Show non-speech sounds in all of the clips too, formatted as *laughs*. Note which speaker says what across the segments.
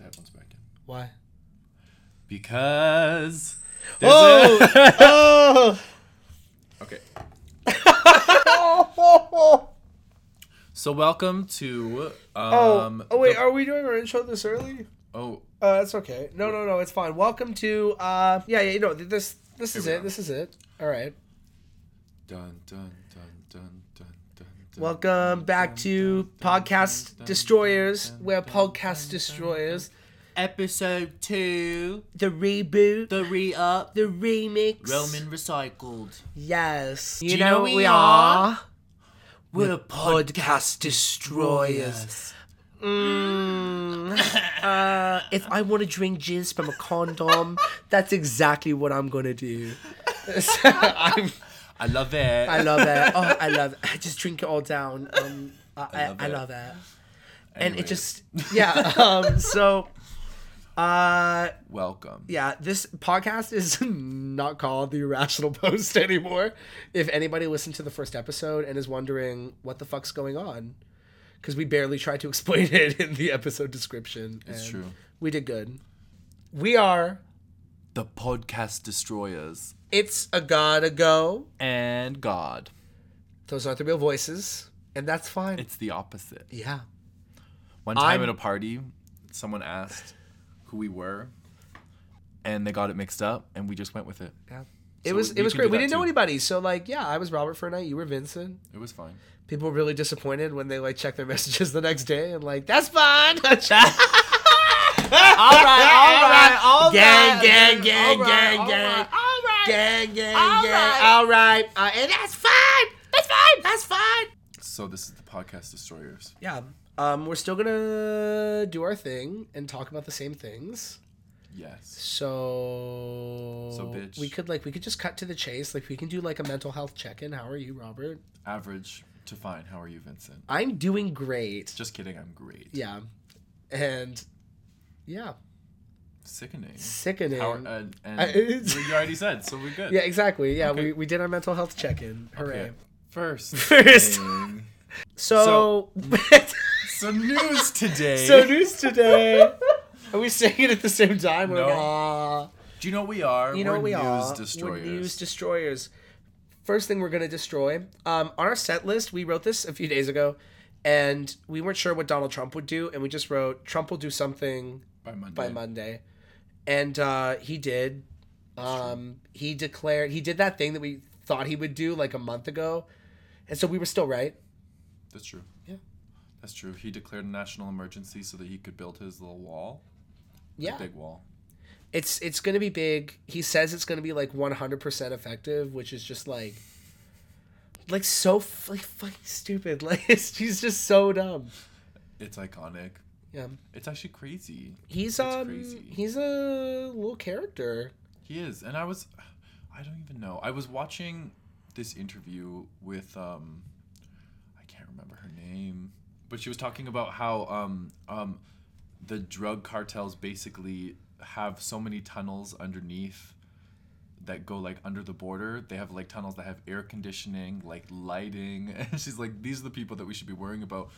Speaker 1: headphones back in
Speaker 2: Why?
Speaker 1: because. there's
Speaker 2: Oh!
Speaker 1: a- *laughs*
Speaker 2: oh! *laughs*
Speaker 1: okay. Um, So welcome to. Um,
Speaker 2: oh, wait,
Speaker 1: the-
Speaker 2: are we doing our intro this early?
Speaker 1: oh,
Speaker 2: Uh, that's okay. No, no, no, it's fine. Welcome to, uh, yeah, yeah, you know, th- this, this is
Speaker 1: we
Speaker 2: it.
Speaker 1: are.
Speaker 2: This is it. All right.
Speaker 1: dun dun dun dun dun dun. dun.
Speaker 2: Welcome back to Podcast Destroyers. We're Podcast Destroyers.
Speaker 3: Episode 2
Speaker 2: The reboot, the,
Speaker 3: The Re Up
Speaker 2: remix.
Speaker 3: Roman Recycled.
Speaker 2: Yes. You,
Speaker 3: you
Speaker 2: know,
Speaker 3: know
Speaker 2: we,
Speaker 3: we
Speaker 2: are.
Speaker 3: We're
Speaker 2: Podcast Destroyers. *laughs* Mm, uh, if I want to drink jizz from a condom, that's exactly what I'm gonna do. I'm,
Speaker 1: I love it.
Speaker 2: I love *laughs* it. Oh, I love it. I just drink it all down. Um, I, I,
Speaker 1: love
Speaker 2: I
Speaker 1: it.
Speaker 2: love it. And it
Speaker 1: Anyways,
Speaker 2: just, yeah. Um, so, uh,
Speaker 1: welcome.
Speaker 2: yeah, this podcast is *laughs* not called the Irrational Post *laughs* anymore. If anybody listened to the first episode and is wondering what the fuck's going on, because we barely tried to *laughs* explain it in the episode description.
Speaker 1: It's
Speaker 2: and
Speaker 1: true.
Speaker 2: We did good. We are.
Speaker 1: The podcast destroyers
Speaker 2: It's a gotta go.
Speaker 1: and God.
Speaker 2: Those aren't the real voices, and that's fine.
Speaker 1: It's the opposite.
Speaker 2: yeah.
Speaker 1: One time
Speaker 2: I'm-
Speaker 1: at a party, someone asked who we were, and they got it mixed up, and we just went with it.
Speaker 2: Yeah. It
Speaker 1: So
Speaker 2: was
Speaker 1: we
Speaker 2: it was
Speaker 1: can
Speaker 2: great.
Speaker 1: do
Speaker 2: We
Speaker 1: that
Speaker 2: didn't know
Speaker 1: too.
Speaker 2: anybody, so like yeah, I was Robert for a night. You were Vincent.
Speaker 1: It was fine.
Speaker 2: People were really disappointed when they like checked their *laughs* messages the next day and like that's fine.
Speaker 3: All
Speaker 2: *laughs*
Speaker 3: right, all right, all right.
Speaker 2: Gang, gang, gang,
Speaker 3: all
Speaker 2: gang,
Speaker 3: all
Speaker 2: gang.
Speaker 3: right, all right.
Speaker 2: gang, gang,
Speaker 3: All
Speaker 2: gang.
Speaker 3: right.
Speaker 2: All right, uh, and that's fine. That's fine. That's fine.
Speaker 1: So this is the podcast destroyers.
Speaker 2: Yeah. Um, we're still gonna do our thing and talk about the same things.
Speaker 1: Yes.
Speaker 2: So,
Speaker 1: So, bitch.
Speaker 2: we could like we could just cut to the chase. Like we can do like a mental health check in. How are you, Robert?
Speaker 1: Average to fine. How are you, Vincent?
Speaker 2: I'm doing great.
Speaker 1: Just kidding. I'm great.
Speaker 2: Yeah, and yeah,
Speaker 1: Sickening.
Speaker 2: sickening.
Speaker 1: How, uh, and, and
Speaker 2: I- it's-
Speaker 1: you already said, so we're good.
Speaker 2: yeah, exactly. Yeah,
Speaker 1: Okay.
Speaker 2: we, we did our mental health check in. Hooray!
Speaker 1: Okay. First.
Speaker 2: *laughs* First.
Speaker 1: thing.
Speaker 2: So,
Speaker 1: *laughs* Some news today.
Speaker 2: so news
Speaker 1: *laughs*
Speaker 2: today. Are we saying it at the same time? We're
Speaker 1: No.
Speaker 2: like, "Ah."
Speaker 1: Do you know what we are?
Speaker 2: You know
Speaker 1: we're
Speaker 2: what we
Speaker 1: news
Speaker 2: are.
Speaker 1: Destroyers.
Speaker 2: We're news destroyers. First thing we're gonna destroy. Um, on our set list, we wrote this a few days ago, and we weren't sure what Donald Trump would do, and we just wrote Trump will do something
Speaker 1: by Monday.
Speaker 2: by Monday, and uh, he did. Um, he declared he did that thing that we thought he would do like a month ago, and so we were still right.
Speaker 1: That's true.
Speaker 2: Yeah.
Speaker 1: That's true. He declared a national emergency so that he could build his little wall. the
Speaker 2: Yeah,
Speaker 1: Big wall.
Speaker 2: it's it's gonna be big. He says it's gonna be like one hundred percent effective, which is just like, like so f- like fucking stupid. *laughs* Like it's, he's just so dumb.
Speaker 1: It's iconic.
Speaker 2: Yeah,
Speaker 1: It's actually crazy.
Speaker 2: he's
Speaker 1: That's
Speaker 2: um
Speaker 1: crazy.
Speaker 2: he's a little character.
Speaker 1: He is. And I was I don't even know. I was watching this interview with um I can't remember her name, but she was talking about how um um the drug cartels basically have so many tunnels underneath that go like under the border. They have like tunnels that have air conditioning, like lighting. *laughs* And she's like these are the people that we should be worrying about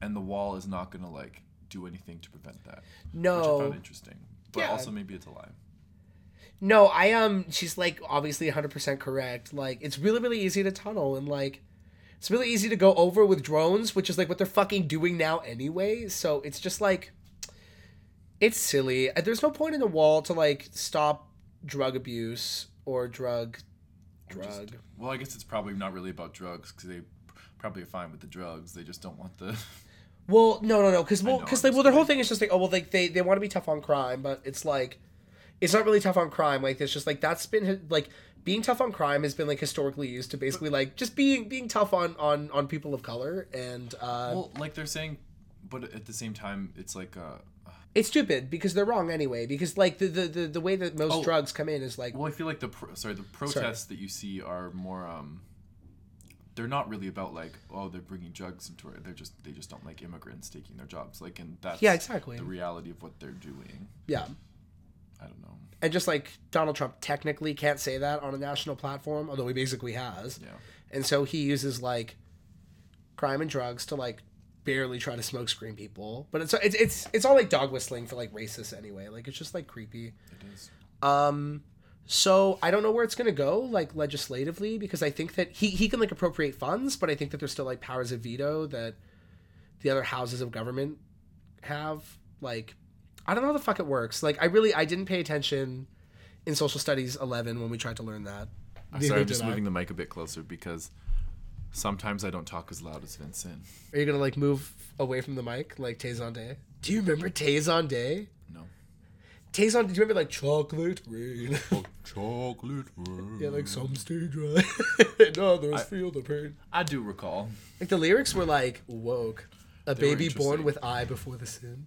Speaker 1: and the wall is not going to like do anything to prevent that. Which I
Speaker 2: No,
Speaker 1: found interesting. But
Speaker 2: Oh. Yeah.
Speaker 1: also maybe it's a lie.
Speaker 2: no, I um she's like obviously one hundred percent correct. Like it's really really easy to tunnel and like. It's really easy to go over with drones, which is like what they're fucking doing now anyway. So it's just like it's silly. Uh, There's no point in the wall to like stop drug abuse or drug drug.
Speaker 1: Well, I guess it's probably not really about drugs because they probably are fine with the drugs. They just don't want the. *laughs*
Speaker 2: well, no, no, no, because well,
Speaker 1: know,
Speaker 2: because
Speaker 1: I'm
Speaker 2: like well, their whole thing is just like oh well, like they they want to be tough on crime, but it's like it's not really tough on crime. Like it's just like that's been hi- like being tough on crime has been like historically used to basically like just being being tough on on on people of color and uh,
Speaker 1: Well, like they're saying, but at the same time, it's like uh.
Speaker 2: it's stupid because they're wrong anyway because like the the the, the way that most
Speaker 1: Oh.
Speaker 2: drugs come in is like
Speaker 1: Well, I feel like the pro- sorry the protests that you see are more um. They're not really about like oh they're bringing drugs into it. They're just they just don't like immigrants taking their jobs. Like and that's
Speaker 2: Yeah, exactly.
Speaker 1: the reality of what they're doing.
Speaker 2: yeah.
Speaker 1: I don't know.
Speaker 2: and just like Donald Trump technically can't say that on a national platform, although he basically has.
Speaker 1: Yeah.
Speaker 2: And so he uses like crime and drugs to like barely try to smoke screen people. But it's it's it's it's all like dog whistling for like racists anyway. Like it's just like creepy.
Speaker 1: It is.
Speaker 2: Um, so I don't know where it's gonna go, like legislatively, because I think that he he can like appropriate funds, but I think that there's still like powers of veto that the other houses of government have. Like, I don't know how the fuck it works. Like, I really I didn't pay attention in social studies 11 when we tried to learn that.
Speaker 1: I'm
Speaker 2: Neither
Speaker 1: sorry, I'm
Speaker 2: did
Speaker 1: just
Speaker 2: I.
Speaker 1: moving the mic a bit closer because sometimes I don't talk as loud as Vincent.
Speaker 2: Are you gonna like move away from the mic, like Tazon Day? Do you remember Tazon Day?
Speaker 1: No.
Speaker 2: Tazon, did you remember like chocolate *laughs* rain?
Speaker 1: Chocolate.
Speaker 2: yeah, like some stay dry, *laughs* and others feel the pain.
Speaker 1: I do recall.
Speaker 2: Like the lyrics were like woke, a baby born
Speaker 1: interesting.
Speaker 2: with eye before the sin.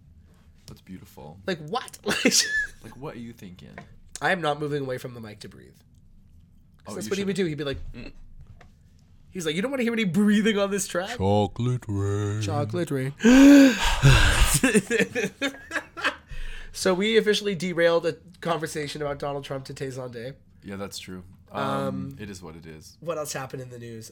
Speaker 1: That's beautiful.
Speaker 2: Like what? *laughs* Like,
Speaker 1: Like, what are you
Speaker 2: *laughs*
Speaker 1: thinking?
Speaker 2: I am not moving away from the mic to breathe. 'Cause
Speaker 1: Oh,
Speaker 2: that's
Speaker 1: you
Speaker 2: what he
Speaker 1: should-
Speaker 2: would do. He'd be like, "Mm." he's like, you don't want to hear any breathing on this track.
Speaker 1: Chocolate rain.
Speaker 2: Chocolate rain. *sighs* so we officially derailed a conversation about Donald Trump to Tazon Day.
Speaker 1: Yeah, that's true. Um, it is what it is.
Speaker 2: What else happened in the *laughs* news?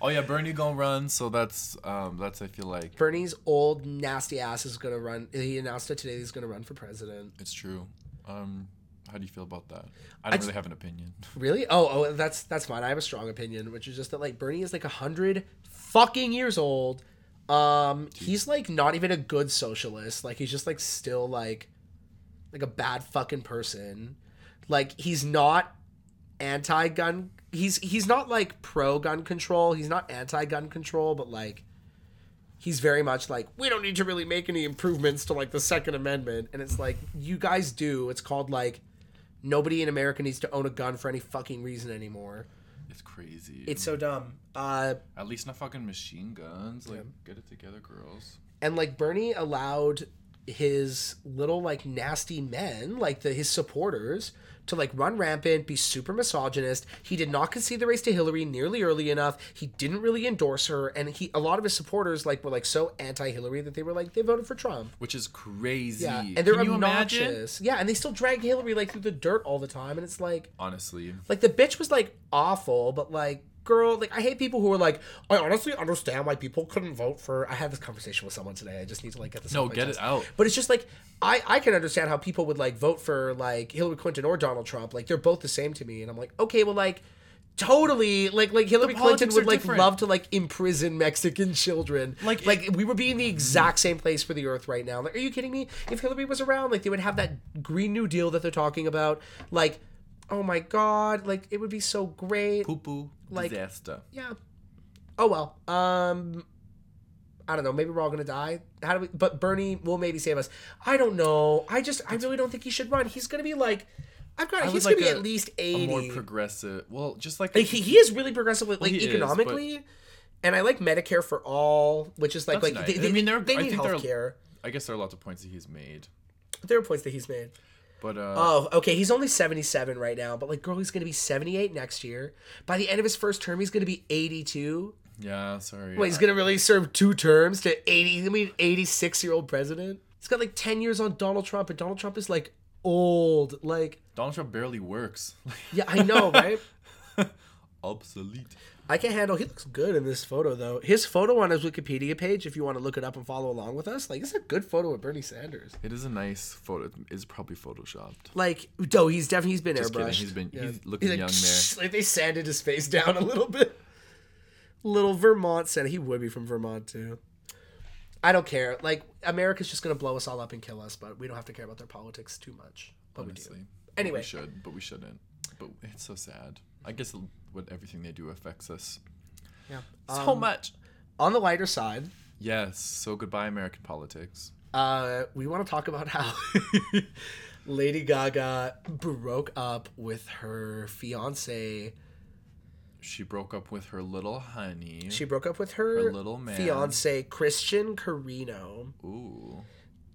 Speaker 1: Oh yeah, Bernie gonna run, so that's um, that's I feel like
Speaker 2: Bernie's old nasty ass is gonna run. He announced it today. He's gonna run for president.
Speaker 1: it's true. Um, how do you feel about that? I don't really have an opinion. *laughs*
Speaker 2: Really? Oh, oh, that's that's fine. I have a strong opinion, which is just that like Bernie is like a hundred fucking years old. Um, he's like not even a good socialist. Like he's just like still like like a bad fucking person. Like he's not anti-gun. He's he's not like pro-gun control. He's not anti-gun control, but like he's very much like we don't need to really make any improvements to like the second amendment and it's like you guys do. It's called like nobody in America needs to own a gun for any fucking reason anymore.
Speaker 1: It's crazy.
Speaker 2: It's so dumb. Uh,
Speaker 1: At least not fucking machine guns. Like, get it together, girls.
Speaker 2: and like Bernie allowed his little like nasty men, like the his supporters, to like run rampant, be super misogynist. He did not concede the race to Hillary nearly early enough. He didn't really endorse her, and he a lot of his supporters like were like so anti-Hillary that they were like they voted for Trump.
Speaker 1: Which is crazy.
Speaker 2: Yeah, and they're
Speaker 1: Can you imagine?
Speaker 2: obnoxious. Yeah, and they still drag Hillary like through the dirt all the time, and it's like
Speaker 1: Honestly,
Speaker 2: Like the bitch was like awful, but like girl, like I hate people who are like, I honestly understand why people couldn't vote for. I had this conversation with someone today. I just need to like get this.
Speaker 1: no,
Speaker 2: off my
Speaker 1: get
Speaker 2: chest.
Speaker 1: it out.
Speaker 2: But it's just like I I can understand how people would like vote for like Hillary Clinton or Donald Trump. Like they're both the same to me, and I'm like, okay, well like. Totally, like like Hillary Clinton
Speaker 1: politics
Speaker 2: would
Speaker 1: are
Speaker 2: like
Speaker 1: different.
Speaker 2: love to like imprison Mexican children.
Speaker 1: Like-
Speaker 2: like we would be in the exact same place for the Earth right now. Like, are you kidding me? If Hillary was around, like they would have that Green New Deal that they're talking about. Like, oh my God, like it would be so great.
Speaker 1: Poo poo
Speaker 2: Like-
Speaker 1: disaster.
Speaker 2: Yeah. Oh well. Um I don't know. Maybe we're all gonna die. How do we but Bernie will maybe save us. I don't know. I just I really don't think he should run. He's gonna be like I've got
Speaker 1: would
Speaker 2: he's
Speaker 1: like
Speaker 2: gonna be
Speaker 1: a-
Speaker 2: at least
Speaker 1: A
Speaker 2: eighty.
Speaker 1: more progressive. Well, just like,
Speaker 2: like he, he is really progressive with like
Speaker 1: he is, but-
Speaker 2: economically. and I like Medicare for all, which is like
Speaker 1: That's
Speaker 2: like
Speaker 1: nice. I mean, there-
Speaker 2: they
Speaker 1: I
Speaker 2: need
Speaker 1: think there are-
Speaker 2: health care.
Speaker 1: I guess there are lots of points that he's made,
Speaker 2: There are points that he's made.
Speaker 1: but uh,
Speaker 2: Oh, okay. He's only 77 right now, but like, girl, he's going to be 78 next year. By the end of his first term, he's going to be 82.
Speaker 1: yeah, sorry.
Speaker 2: Wait, he's gonna really serve two terms to eighty? I mean, eighty-six year old president. He's got like ten years on Donald Trump, and Donald Trump is like old. Like,
Speaker 1: Donald Trump barely works. *laughs*
Speaker 2: yeah, I know, right?
Speaker 1: Obsolete.
Speaker 2: I can handle. He looks good in this photo, though. His photo on his Wikipedia page, if you want to look it up and follow along with us, like, it's a good photo of Bernie Sanders.
Speaker 1: It is a nice photo. It's probably photoshopped.
Speaker 2: Like, no, he's definitely he's been
Speaker 1: Just kidding.
Speaker 2: airbrushed.
Speaker 1: He's been
Speaker 2: Yeah.
Speaker 1: he's looking
Speaker 2: like,
Speaker 1: young there.
Speaker 2: Like they sanded his face *laughs* down a little bit. Little Vermont senator. He would be from Vermont too. I don't care. Like America's just gonna blow us all up and kill us, but we don't have to care about their politics too much. But we
Speaker 1: Honestly,
Speaker 2: do.
Speaker 1: But
Speaker 2: Anyway.
Speaker 1: we should, but we shouldn't. But it's so sad. I guess l- what everything they do affects us
Speaker 2: Yeah. um,
Speaker 1: so much.
Speaker 2: On the lighter side,
Speaker 1: Yes. So goodbye, American politics.
Speaker 2: uh, we want to talk about how *laughs* Lady Gaga broke up with her fiance.
Speaker 1: She broke up with her little honey.
Speaker 2: She broke up with her,
Speaker 1: Her little man.
Speaker 2: fiance Christian Carino.
Speaker 1: Ooh.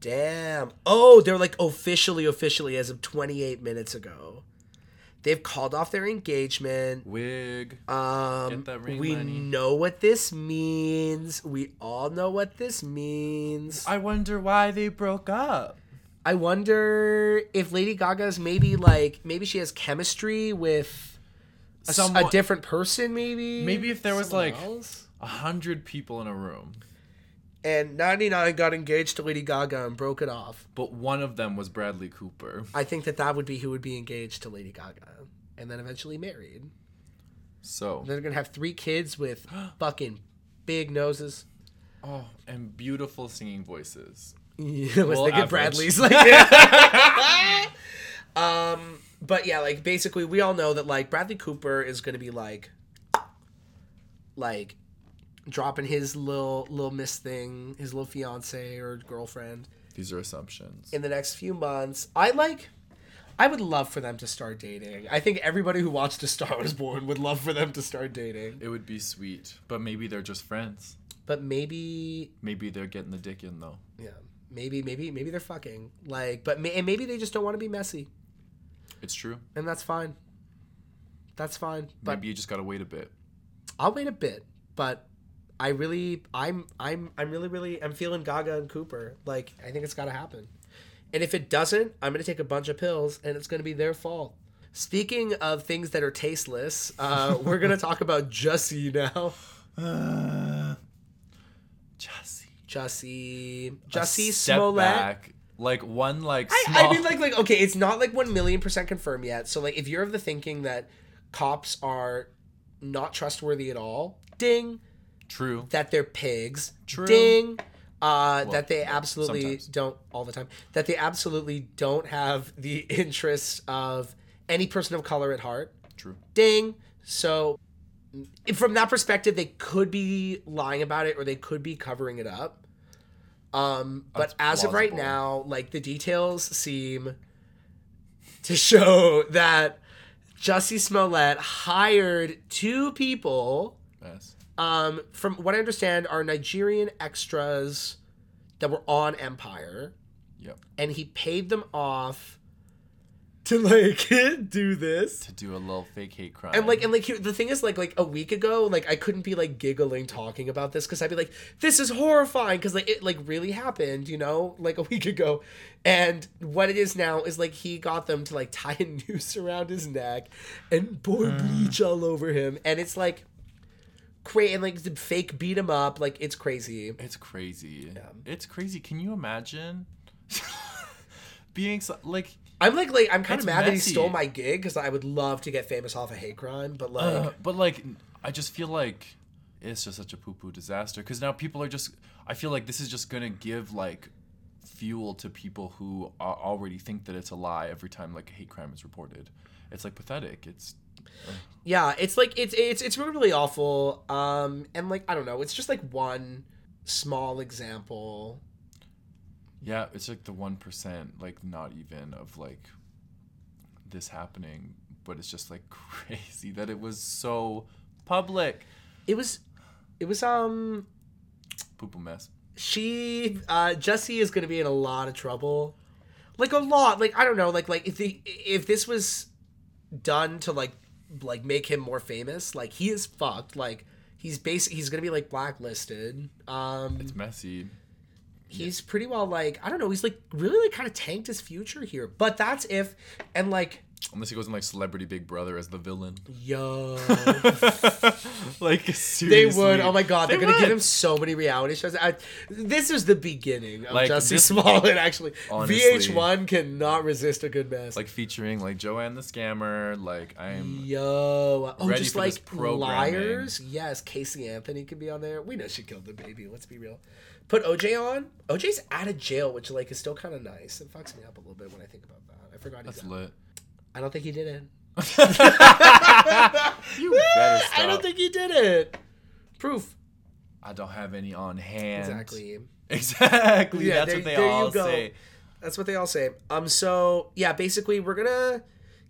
Speaker 2: Damn. Oh, they're like officially, officially as of 28 minutes ago. They've called off their engagement.
Speaker 1: Wig.
Speaker 2: Um,
Speaker 1: Get that ring
Speaker 2: we
Speaker 1: money.
Speaker 2: know what this means. We all know what this means.
Speaker 1: I wonder why they broke up.
Speaker 2: I wonder if Lady Gaga's maybe like maybe she has chemistry with a, s- a
Speaker 1: Someone-
Speaker 2: different person. Maybe
Speaker 1: Maybe if there was,
Speaker 2: Mm, Someone
Speaker 1: like-
Speaker 2: else?
Speaker 1: a hundred people in a room,
Speaker 2: And 99 got engaged to Lady Gaga and broke it off.
Speaker 1: but one of them was Bradley Cooper.
Speaker 2: I think that that would be who would be engaged to Lady Gaga and then eventually married.
Speaker 1: So
Speaker 2: They're going to have three kids
Speaker 1: *gasps*
Speaker 2: with fucking big noses. *laughs*
Speaker 1: oh, and beautiful singing voices.
Speaker 2: Yeah, I was
Speaker 1: Well,
Speaker 2: thinking
Speaker 1: average. *laughs*
Speaker 2: Bradley's like. Yeah. *laughs* um, but yeah, like basically, we all know that like Bradley Cooper is gonna be like, like, dropping his little little miss thing, his little fiance or girlfriend
Speaker 1: These are assumptions.
Speaker 2: in the next few months. I like. I would love for them to start dating. I think everybody who watched A Star Was Born would love for them to start dating.
Speaker 1: It would be sweet, but maybe they're just friends.
Speaker 2: But maybe
Speaker 1: Maybe they're getting the dick in though.
Speaker 2: yeah, maybe maybe maybe they're fucking like, but may, and maybe they just don't want to be messy.
Speaker 1: It's true.
Speaker 2: and that's fine. That's fine. But
Speaker 1: Maybe you just gotta wait a bit.
Speaker 2: I'll wait a bit. But I really, I'm, I'm, I'm really, really, I'm feeling Gaga and Cooper. Like I think it's got to happen. And if it doesn't, I'm gonna take a bunch of pills, and it's gonna be their fault. Speaking of things that are tasteless, uh, we're
Speaker 1: *laughs*
Speaker 2: gonna talk about Jussie now.
Speaker 1: Uh, Jesse.
Speaker 2: Jussie,
Speaker 1: A
Speaker 2: Jussie
Speaker 1: step
Speaker 2: Smollett.
Speaker 1: back, Like one like
Speaker 2: I,
Speaker 1: small
Speaker 2: I mean, like, like, okay, it's not like one million percent confirmed yet. So, like, if you're of the thinking that cops are not trustworthy at all, ding.
Speaker 1: true.
Speaker 2: That they're pigs,
Speaker 1: True.
Speaker 2: ding. Uh, that they
Speaker 1: yeah,
Speaker 2: absolutely
Speaker 1: sometimes.
Speaker 2: don't all the time. That they absolutely don't have the *laughs* interests of any person of color at heart,
Speaker 1: True.
Speaker 2: ding. So, if- from that perspective, they could be lying about it or they could be covering it up. Um,
Speaker 1: That's
Speaker 2: but as of right
Speaker 1: plausible.
Speaker 2: now, like the details seem to show *laughs* that Jussie Smollett hired two people.
Speaker 1: Yes.
Speaker 2: Um, from what I understand, are Nigerian extras that were on Empire,
Speaker 1: Yep.
Speaker 2: and he paid them off to like *laughs* do this.
Speaker 1: To do a little fake hate crime.
Speaker 2: And like and like here, the thing is like like a week ago like I couldn't be like giggling talking about this because I'd be like this is horrifying because like it like really happened you know like a *laughs* week ago, and what it is now is like he got them to like *laughs* tie a noose around his neck, and pour bleach all over him, and it's like, crazy and like the fake beat him up like it's crazy.
Speaker 1: It's crazy. It's crazy. Can you imagine *laughs* being so, like
Speaker 2: I'm like like I'm kind
Speaker 1: It's
Speaker 2: of mad that he
Speaker 1: messy.
Speaker 2: stole my gig because I would love to get famous off a hate crime, but like
Speaker 1: uh, but like I just feel like it's just such a poo poo disaster cuz now people are just I feel like this is just going to give like fuel to people who are, already think that it's a lie every time like a hate crime is reported. It's like pathetic. It's
Speaker 2: yeah it's like it's it's it's really, really awful um and like i don't know it's just like one small example
Speaker 1: yeah, it's like the 1% like not even of like this happening, but it's just like *laughs* crazy that it was so public.
Speaker 2: it was it was um
Speaker 1: Poo poo mess.
Speaker 2: she uh jessie is gonna be in a lot of trouble like a lot like i don't know like like if the if this was done to like like make him more famous like he is fucked like he's basic he's gonna be like blacklisted um
Speaker 1: It's messy.
Speaker 2: he's pretty well like i don't know he's like really like kind of tanked his future here but that's if and like
Speaker 1: Unless he goes in like Celebrity Big Brother as the villain. *laughs*
Speaker 2: yo
Speaker 1: like
Speaker 2: They
Speaker 1: seriously.
Speaker 2: would. Oh my god,
Speaker 1: They
Speaker 2: they're gonna give
Speaker 1: would.
Speaker 2: him so many reality shows. I, this is the beginning of
Speaker 1: Like,
Speaker 2: Jussie
Speaker 1: this- *laughs*
Speaker 2: Smollett. Actually,
Speaker 1: Honestly.
Speaker 2: VH1 cannot resist a good mess.
Speaker 1: like featuring like Joanne the Scammer. Like I'm
Speaker 2: yo, oh,
Speaker 1: ready
Speaker 2: just
Speaker 1: for this
Speaker 2: like
Speaker 1: programming.
Speaker 2: liars. Yes, Casey Anthony could be on there. We know she killed the baby. Let's be real. Put OJ on. OJ's out of jail, which like is still kind of nice. It fucks me up a little bit when I think about that. I forgot he's
Speaker 1: that's
Speaker 2: out.
Speaker 1: lit. *laughs*
Speaker 2: I don't think he did it.
Speaker 1: you
Speaker 2: *laughs*
Speaker 1: better stop.
Speaker 2: I don't think he did it. Proof.
Speaker 1: I don't have any on hand.
Speaker 2: Exactly.
Speaker 1: Exactly.
Speaker 2: Yeah,
Speaker 1: That's
Speaker 2: there-
Speaker 1: what they
Speaker 2: there you
Speaker 1: all
Speaker 2: go.
Speaker 1: say.
Speaker 2: That's what they all say. Um, so yeah, basically we're gonna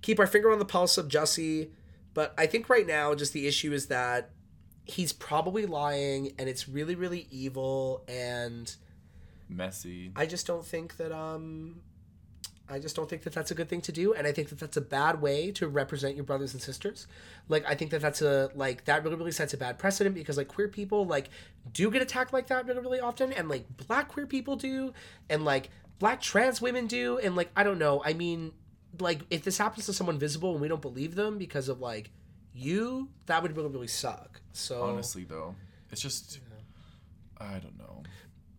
Speaker 2: keep our finger on the pulse of Jussie, but I think right now just the issue is that he's probably lying and it's really, really evil and
Speaker 1: Messy.
Speaker 2: I just don't think that um I just don't think that that's a good thing to do and I think that that's a bad way to represent your brothers and sisters. Like I think that that's a like that really really sets a bad precedent because like queer people like do get attacked like that really really often and like black queer people do and like black trans women do and like I don't know. I mean like if this happens to someone visible and we don't believe them because of like you that would really really suck. So
Speaker 1: Honestly though, It's just, I don't know.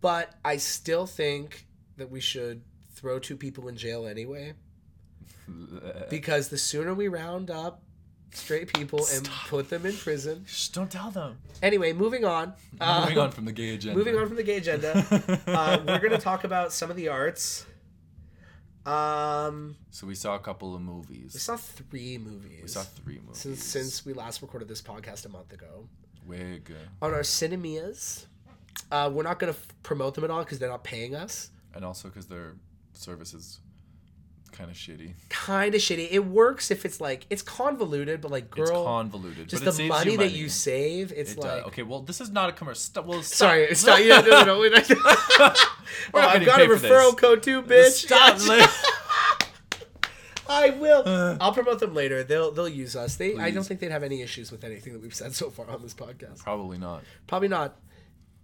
Speaker 2: But I still think that we should throw two people in jail anyway because the sooner we round up straight people and put them in prison.
Speaker 3: Shh, don't tell them.
Speaker 2: Anyway, moving on. Uh,
Speaker 1: *laughs* moving on from the gay agenda. *laughs*
Speaker 2: moving on from the gay agenda. uh, we're going to talk about some of the arts. Um,
Speaker 1: So we saw a couple of
Speaker 2: we
Speaker 1: movies.
Speaker 2: saw three movies
Speaker 1: We saw three movies.
Speaker 2: since since we last recorded this podcast a month ago
Speaker 1: Wig.
Speaker 2: on our cinemas. Uh, we're not going to f- promote them at all because they're not paying us.
Speaker 1: And also because their service is kind of shitty.
Speaker 2: Kind of shitty. It works if it's like it's convoluted, but like girl,
Speaker 1: it's convoluted. but
Speaker 2: just
Speaker 1: it
Speaker 2: the
Speaker 1: saves
Speaker 2: money,
Speaker 1: you
Speaker 2: that you save. It's
Speaker 1: It does.
Speaker 2: like
Speaker 1: okay, well, this is not a commercial. St- well, *laughs* stop.
Speaker 2: sorry, it's not. Yeah, no, no,
Speaker 1: *laughs*
Speaker 2: no. we're not-
Speaker 1: We're
Speaker 2: oh,
Speaker 1: not getting
Speaker 2: I've got a
Speaker 1: paid for this.
Speaker 2: referral code too, bitch. *laughs*
Speaker 1: Stop. Liz.
Speaker 2: I will.
Speaker 1: Uh.
Speaker 2: I'll promote them later. They'll they'll use us. They I don't
Speaker 1: Please.
Speaker 2: think they'd have any issues with anything that we've said so far on this podcast.
Speaker 1: Probably not.
Speaker 2: Probably not.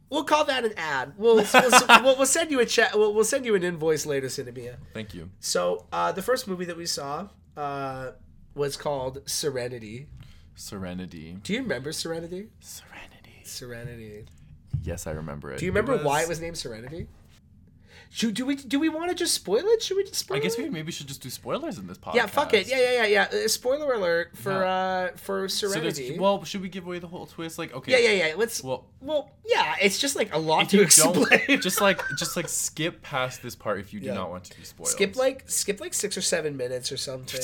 Speaker 2: We'll call that an ad. We'll
Speaker 1: *laughs*
Speaker 2: we'll, we'll, we'll send you a chat. We'll, we'll send you an invoice later, Cinemia.
Speaker 1: Thank you.
Speaker 2: So uh, the first movie that we saw uh, was called Serenity.
Speaker 1: Serenity.
Speaker 2: Do you remember Serenity?
Speaker 1: Serenity.
Speaker 2: Serenity.
Speaker 1: Yes, I remember it.
Speaker 2: Do you remember why it was named Serenity? Should, do we do we want to just spoil it? Should we just spoil
Speaker 1: I guess
Speaker 2: it?
Speaker 1: we maybe should just do spoilers in this podcast.
Speaker 2: Yeah, fuck it. Yeah, yeah, yeah, yeah. Uh, spoiler alert for uh for
Speaker 1: So there's-
Speaker 2: Serenity.
Speaker 1: well, should we give away the whole twist? Like, okay.
Speaker 2: yeah, yeah, yeah. Let's well,
Speaker 1: Well,
Speaker 2: yeah. It's just like a lot
Speaker 1: if
Speaker 2: to
Speaker 1: you
Speaker 2: explain.
Speaker 1: don't, just like, just like skip past this part if you do
Speaker 2: Yeah.
Speaker 1: not want to be spoiled.
Speaker 2: *laughs* skip like skip like six or seven minutes or something.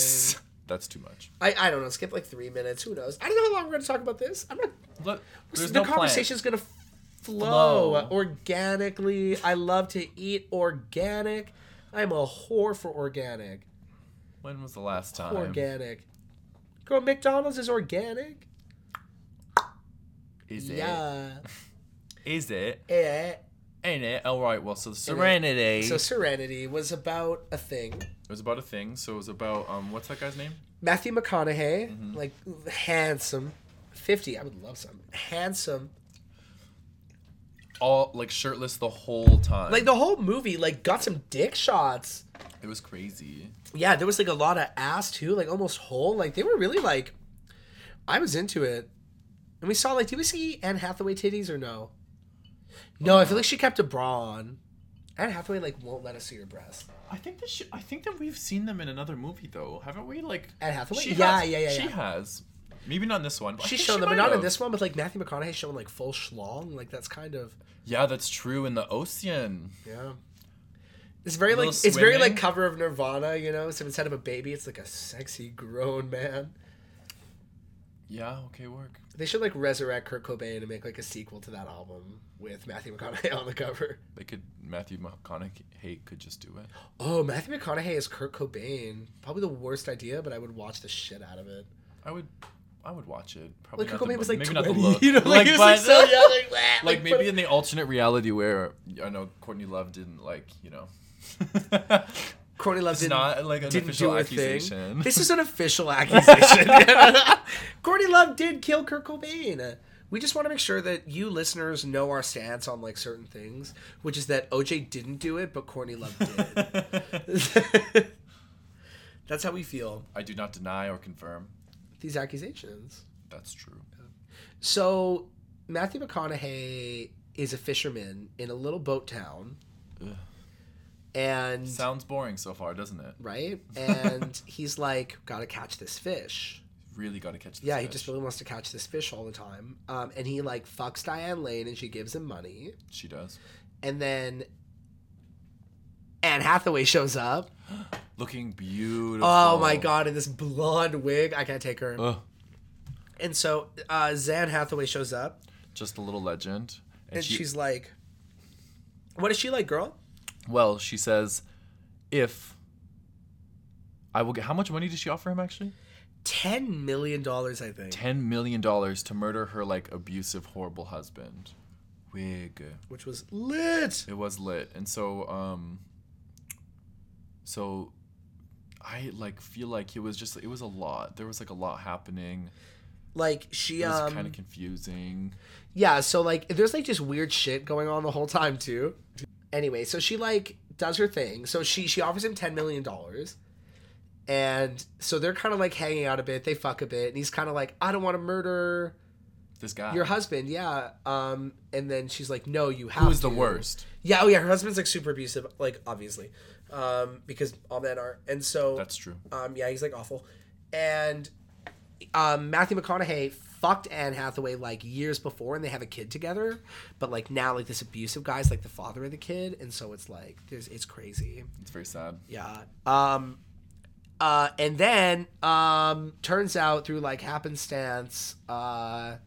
Speaker 1: That's too much.
Speaker 2: I I don't know. Skip like three minutes. Who knows? I don't know how long we're gonna talk about this. I'm not.
Speaker 1: Look, there's
Speaker 2: the
Speaker 1: no plan.
Speaker 2: conversation's gonna flow,
Speaker 1: Flow.
Speaker 2: organically. I love to eat organic. I'm a whore for organic.
Speaker 1: When was the last time?
Speaker 2: Organic. Girl, McDonald's is organic.
Speaker 1: Is it?
Speaker 2: Yeah.
Speaker 1: Is it?
Speaker 2: Eh.
Speaker 1: Ain't it? All right. Well, so Serenity.
Speaker 2: So Serenity was about a thing.
Speaker 1: It was about a thing. So it was about um, what's that guy's name?
Speaker 2: Matthew McConaughey,
Speaker 1: Mm-hmm.
Speaker 2: like handsome, fifty. I would love some handsome.
Speaker 1: All like shirtless the whole time.
Speaker 2: Like the whole movie, like got some dick shots.
Speaker 1: it was crazy.
Speaker 2: Yeah, there was like a lot of ass too, like almost whole. Like they were really like, I was into it. And we saw like, did we see Anne Hathaway titties or no? No, I feel like she kept a bra on. Anne Hathaway like won't let us see her breasts.
Speaker 1: I think that she, I think that we've seen them in another movie though, haven't we? Like
Speaker 2: Anne Hathaway?
Speaker 1: She
Speaker 2: Yeah,
Speaker 1: has-
Speaker 2: yeah, yeah,
Speaker 1: She
Speaker 2: yeah.
Speaker 1: has. Maybe not in this one. But I
Speaker 2: She's
Speaker 1: think
Speaker 2: shown
Speaker 1: she
Speaker 2: them, but
Speaker 1: might
Speaker 2: not in
Speaker 1: have.
Speaker 2: this one. With like Matthew McConaughey showing like full schlong, like that's kind of
Speaker 1: Yeah, that's true. In the ocean.
Speaker 2: Yeah. It's very like
Speaker 1: Little
Speaker 2: it's very like
Speaker 1: swimming.
Speaker 2: cover of Nirvana, you know. So instead of a baby, it's like a sexy grown man.
Speaker 1: Yeah. Okay. Work.
Speaker 2: They should like resurrect Kurt Cobain and make like a sequel to that album with Matthew McConaughey *laughs* on the cover.
Speaker 1: They could. Matthew McConaughey could just do it.
Speaker 2: Oh, Matthew McConaughey is Kurt Cobain. Probably the worst idea, but I would watch the shit out of it.
Speaker 1: I would. I would watch it. Probably
Speaker 2: Like
Speaker 1: not
Speaker 2: Kurt
Speaker 1: the,
Speaker 2: Cobain was like
Speaker 1: maybe
Speaker 2: twenty, *laughs*
Speaker 1: not the look.
Speaker 2: you know, like, he was like
Speaker 1: but-
Speaker 2: so
Speaker 1: *laughs*
Speaker 2: young, like, blah,
Speaker 1: like
Speaker 2: but-
Speaker 1: maybe in the alternate reality where I know Courtney Love didn't like you know. *laughs*
Speaker 2: Courtney Love
Speaker 1: it's
Speaker 2: didn't,
Speaker 1: not like an
Speaker 2: didn't
Speaker 1: official
Speaker 2: do a
Speaker 1: accusation.
Speaker 2: thing. This *laughs* is an official accusation. *laughs* Courtney Love did kill Kurt Cobain. We just want to make sure that you listeners know our stance on like certain things, which is that OJ didn't do it, but Courtney Love did. *laughs* That's how we feel
Speaker 1: *laughs* I do not deny or confirm.
Speaker 2: these accusations.
Speaker 1: That's true.
Speaker 2: So Matthew McConaughey is a fisherman in a little boat town,
Speaker 1: Ugh.
Speaker 2: and
Speaker 1: Sounds boring so far, doesn't it?
Speaker 2: right, and he's like, gotta catch this fish.
Speaker 1: Really got to catch. This
Speaker 2: Yeah, he
Speaker 1: fish.
Speaker 2: just really wants to catch this fish all the time. Um, and he like fucks Diane Lane and she gives him money.
Speaker 1: She does.
Speaker 2: And then Anne Hathaway shows up.
Speaker 1: Looking beautiful.
Speaker 2: Oh my god, in this blonde wig. I can't take her.
Speaker 1: Ugh.
Speaker 2: And so uh Zan Hathaway shows up
Speaker 1: Just a little legend. And,
Speaker 2: and,
Speaker 1: she,
Speaker 2: she's like What is she like, girl?
Speaker 1: well, she says, if I will get how much money did she offer him actually?
Speaker 2: Ten million dollars, I think.
Speaker 1: Ten million dollars to murder her like abusive, horrible husband. Wig.
Speaker 2: Which was lit.
Speaker 1: It was lit. And so um so I like feel like it was just it was a lot. There was like a lot happening.
Speaker 2: Like she
Speaker 1: It was
Speaker 2: um
Speaker 1: kind of confusing.
Speaker 2: Yeah, so like there's like just weird shit going on the whole time too. Anyway, so she like does her thing. So she she offers him 10 million dollars. And so they're kind of like hanging out a bit. They fuck a bit and he's kind of like I don't want to murder
Speaker 1: This guy.
Speaker 2: Your husband, yeah. Um, and then she's like, "No, you have."
Speaker 1: Who is the
Speaker 2: to."
Speaker 1: worst?
Speaker 2: Yeah. Oh, yeah. Her husband's like super abusive, like obviously, um, because all men are. And so
Speaker 1: That's true.
Speaker 2: Um, yeah, he's like awful. And um, Matthew McConaughey fucked Anne Hathaway like years before, and they have a kid together. But like now, like this abusive guy's like the father of the kid, and so it's like there's it's crazy.
Speaker 1: It's very sad.
Speaker 2: Yeah. Um, uh, and then um, turns out through like happenstance uh, *laughs*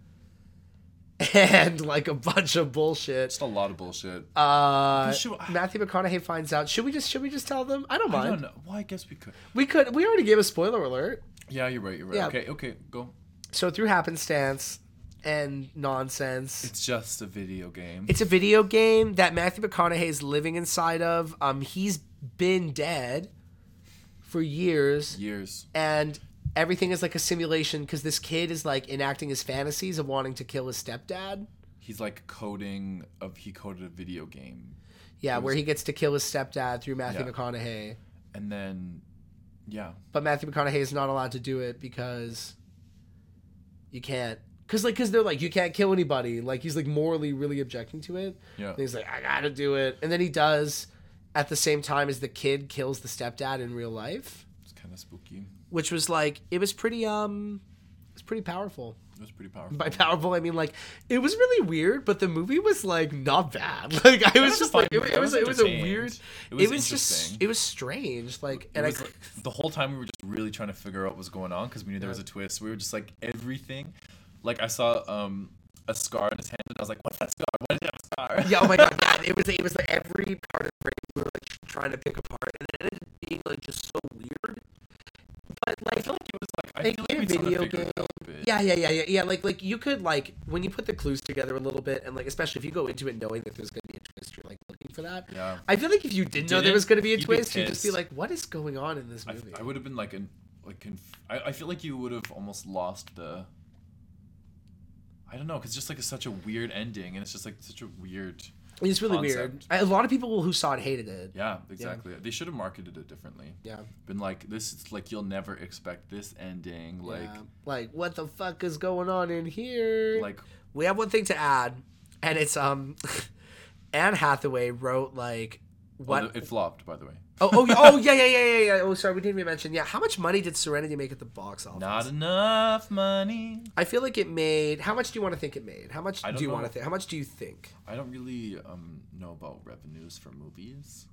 Speaker 2: and like a bunch of bullshit.
Speaker 1: Just a lot of bullshit.
Speaker 2: Uh,
Speaker 1: Should-
Speaker 2: Matthew McConaughey finds out. Should we just should we just tell them? I don't
Speaker 1: I
Speaker 2: mind.
Speaker 1: don't know. Well, I guess we could.
Speaker 2: We could. We already gave a spoiler alert.
Speaker 1: Yeah, you're right. You're right.
Speaker 2: Yeah.
Speaker 1: Okay, okay, go.
Speaker 2: So through happenstance and nonsense,
Speaker 1: It's just a video game.
Speaker 2: It's a video game that Matthew McConaughey is living inside of. Um, he's been dead for years,
Speaker 1: Years.
Speaker 2: and everything is like a simulation because this kid is like enacting his fantasies of wanting to kill his stepdad.
Speaker 1: He's like coding of he coded a video game,
Speaker 2: Yeah, where he gets to kill his stepdad through Matthew
Speaker 1: Yeah.
Speaker 2: McConaughey,
Speaker 1: and then, yeah,
Speaker 2: but Matthew McConaughey is not allowed to do it because you can't. Cause like, cause they're like, you can't kill anybody. Like he's like morally really objecting to it.
Speaker 1: yeah.
Speaker 2: And he's like, I gotta do it. And then he does at the same time as the kid kills the stepdad in real life.
Speaker 1: It's kind of spooky.
Speaker 2: Which was like it was pretty um it's pretty powerful. *laughs*
Speaker 1: It was pretty powerful.
Speaker 2: By powerful I mean like it was really weird, but the movie was like not bad. *laughs* Like I was just like it,
Speaker 1: fine.
Speaker 2: it
Speaker 1: I
Speaker 2: was
Speaker 1: was
Speaker 2: it was a
Speaker 1: entertained.
Speaker 2: weird
Speaker 1: It was
Speaker 2: just
Speaker 1: interesting.
Speaker 2: it was strange. Like
Speaker 1: It
Speaker 2: and
Speaker 1: was
Speaker 2: I
Speaker 1: like, the whole time we were just really trying to figure out what was going on because we knew there was a twist. We were just like everything. Like I saw um a scar in his hand, and I was like, "What's that scar? What is that scar?"
Speaker 2: *laughs* yeah, oh my god, yeah, it was it was like every part of the brain we were like trying to pick apart and it ended up being like just so weird. But like
Speaker 1: I feel like it was like *laughs* I
Speaker 2: They
Speaker 1: feel like
Speaker 2: made a
Speaker 1: we sort
Speaker 2: video
Speaker 1: of figured it out a bit.
Speaker 2: Yeah, yeah, yeah, yeah, yeah. Like, like you could like when you put the clues together a little bit, and like especially if you go into it knowing that there's gonna be a twist, you're like looking for that.
Speaker 1: Yeah.
Speaker 2: I feel like if you didn't know there
Speaker 1: Didn't,
Speaker 2: was gonna be a
Speaker 1: you'd be
Speaker 2: twist, you'd just be
Speaker 1: pissed.
Speaker 2: like, "What is going on in this
Speaker 1: I,
Speaker 2: movie?"
Speaker 1: I would have been like an like conf- I, I feel like you would have almost lost the I don't know because just like it's such a weird ending and it's just like such a weird
Speaker 2: it's really weird.
Speaker 1: concept.
Speaker 2: I, a lot of people who saw it hated it.
Speaker 1: yeah exactly they should have marketed it differently
Speaker 2: Yeah,
Speaker 1: been like this is like you'll never expect this ending like
Speaker 2: yeah. like what the fuck is going on in here?
Speaker 1: like
Speaker 2: we have one thing to add, and it's um, *laughs* Anne Hathaway wrote like. What
Speaker 1: although it flopped by the way
Speaker 2: Oh, oh, oh, yeah, yeah, yeah, yeah, yeah. Oh, sorry, we didn't even mention. Yeah, how much money did Serenity make at the box office?
Speaker 1: not enough money
Speaker 2: I feel like it made. How much do you want to think it made? How much
Speaker 1: I
Speaker 2: do
Speaker 1: don't
Speaker 2: you want to
Speaker 1: know.
Speaker 2: think? How much do you think?
Speaker 1: I don't really um know about revenues for movies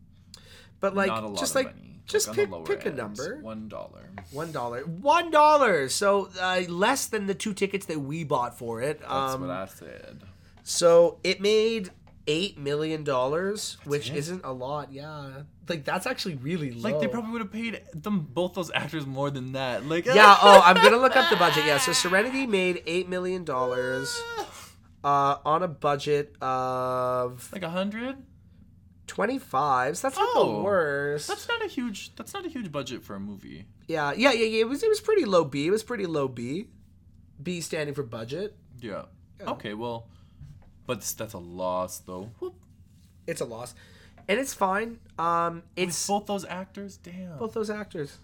Speaker 2: But like,
Speaker 1: not a lot
Speaker 2: just
Speaker 1: of
Speaker 2: like,
Speaker 1: money
Speaker 2: just
Speaker 1: on the
Speaker 2: pick
Speaker 1: lower
Speaker 2: pick a
Speaker 1: end,
Speaker 2: number.
Speaker 1: one dollar
Speaker 2: One dollar. One dollar. So uh, less than the two tickets that we bought for it.
Speaker 1: that's
Speaker 2: Um,
Speaker 1: what I said
Speaker 2: So it made eight million dollars, which
Speaker 1: it?
Speaker 2: is isn't a lot. Yeah, like that's actually really low.
Speaker 1: Like they probably would have paid them both those actors more than that. Like *laughs* uh,
Speaker 2: Yeah. Oh, I'm gonna look up the budget. Yeah. So Serenity made eight million dollars uh, on a budget of
Speaker 1: *sighs* like a hundred.
Speaker 2: twenty five. So that's not the
Speaker 1: Oh,
Speaker 2: worst.
Speaker 1: That's not a huge. That's not a huge budget for a movie.
Speaker 2: Yeah, yeah, yeah, yeah. It was it was pretty low B. It was pretty low B. B standing for budget.
Speaker 1: Yeah. Okay. Well, but that's- that's a loss though. Whoop.
Speaker 2: It's a loss, and it's fine. Um, it's
Speaker 1: Both those actors. Damn.
Speaker 2: both those actors,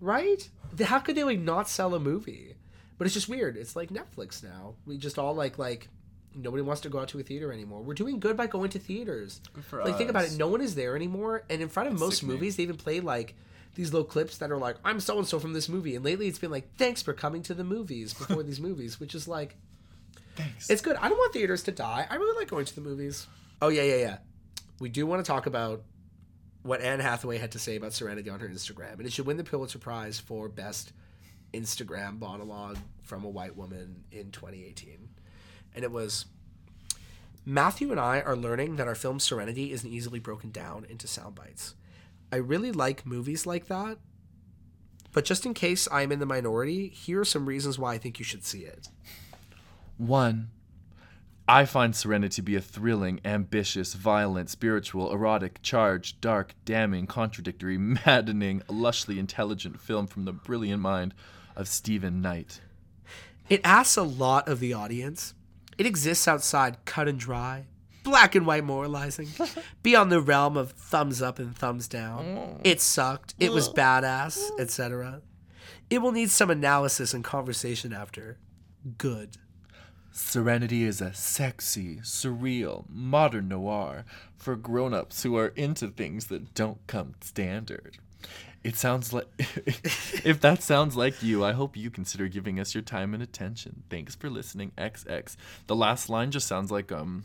Speaker 2: right? The- How could they like not sell a movie? But it's just weird. It's like Netflix now. We just all like like nobody wants to go out to a theater anymore. We're doing good by going to theaters.
Speaker 1: Good for
Speaker 2: like think about it.
Speaker 1: us.
Speaker 2: No one is there anymore, and in front of most
Speaker 1: sickening.
Speaker 2: movies, they even play like. These little clips that are like, I'm so and so from this movie. And lately it's been like, thanks for coming to the
Speaker 1: *laughs*
Speaker 2: movies before these movies, which is like,
Speaker 1: Thanks.
Speaker 2: It's good. I don't want theaters to die. I really like going to the movies. Oh yeah, yeah, yeah. We do want to talk about what Anne Hathaway had to say about Serenity on her Instagram, and it should win the Pulitzer Prize for best Instagram monologue from a white woman in 2018. And it was Matthew and I are learning that our film Serenity isn't easily broken down into sound bites. I really like movies like that, but just in case I am in the minority, here are some reasons why I think you should see it.
Speaker 1: One. I find Serenity to be a thrilling, ambitious, violent, spiritual, erotic, charged, dark, damning, contradictory, *laughs* maddening, lushly intelligent film from the brilliant mind of Stephen Knight.
Speaker 2: It asks a lot of the audience. It exists outside cut and dry, black and white moralizing, beyond the realm of thumbs up and thumbs down. It sucked, it was badass, etc. It will need some analysis and conversation after. Good.
Speaker 1: Serenity is a sexy, surreal, modern noir for grown-ups who are into things that don't come standard. It sounds like *laughs* if that sounds like you, I hope you consider giving us your time and attention. Thanks for listening, XX. The last line just sounds like um,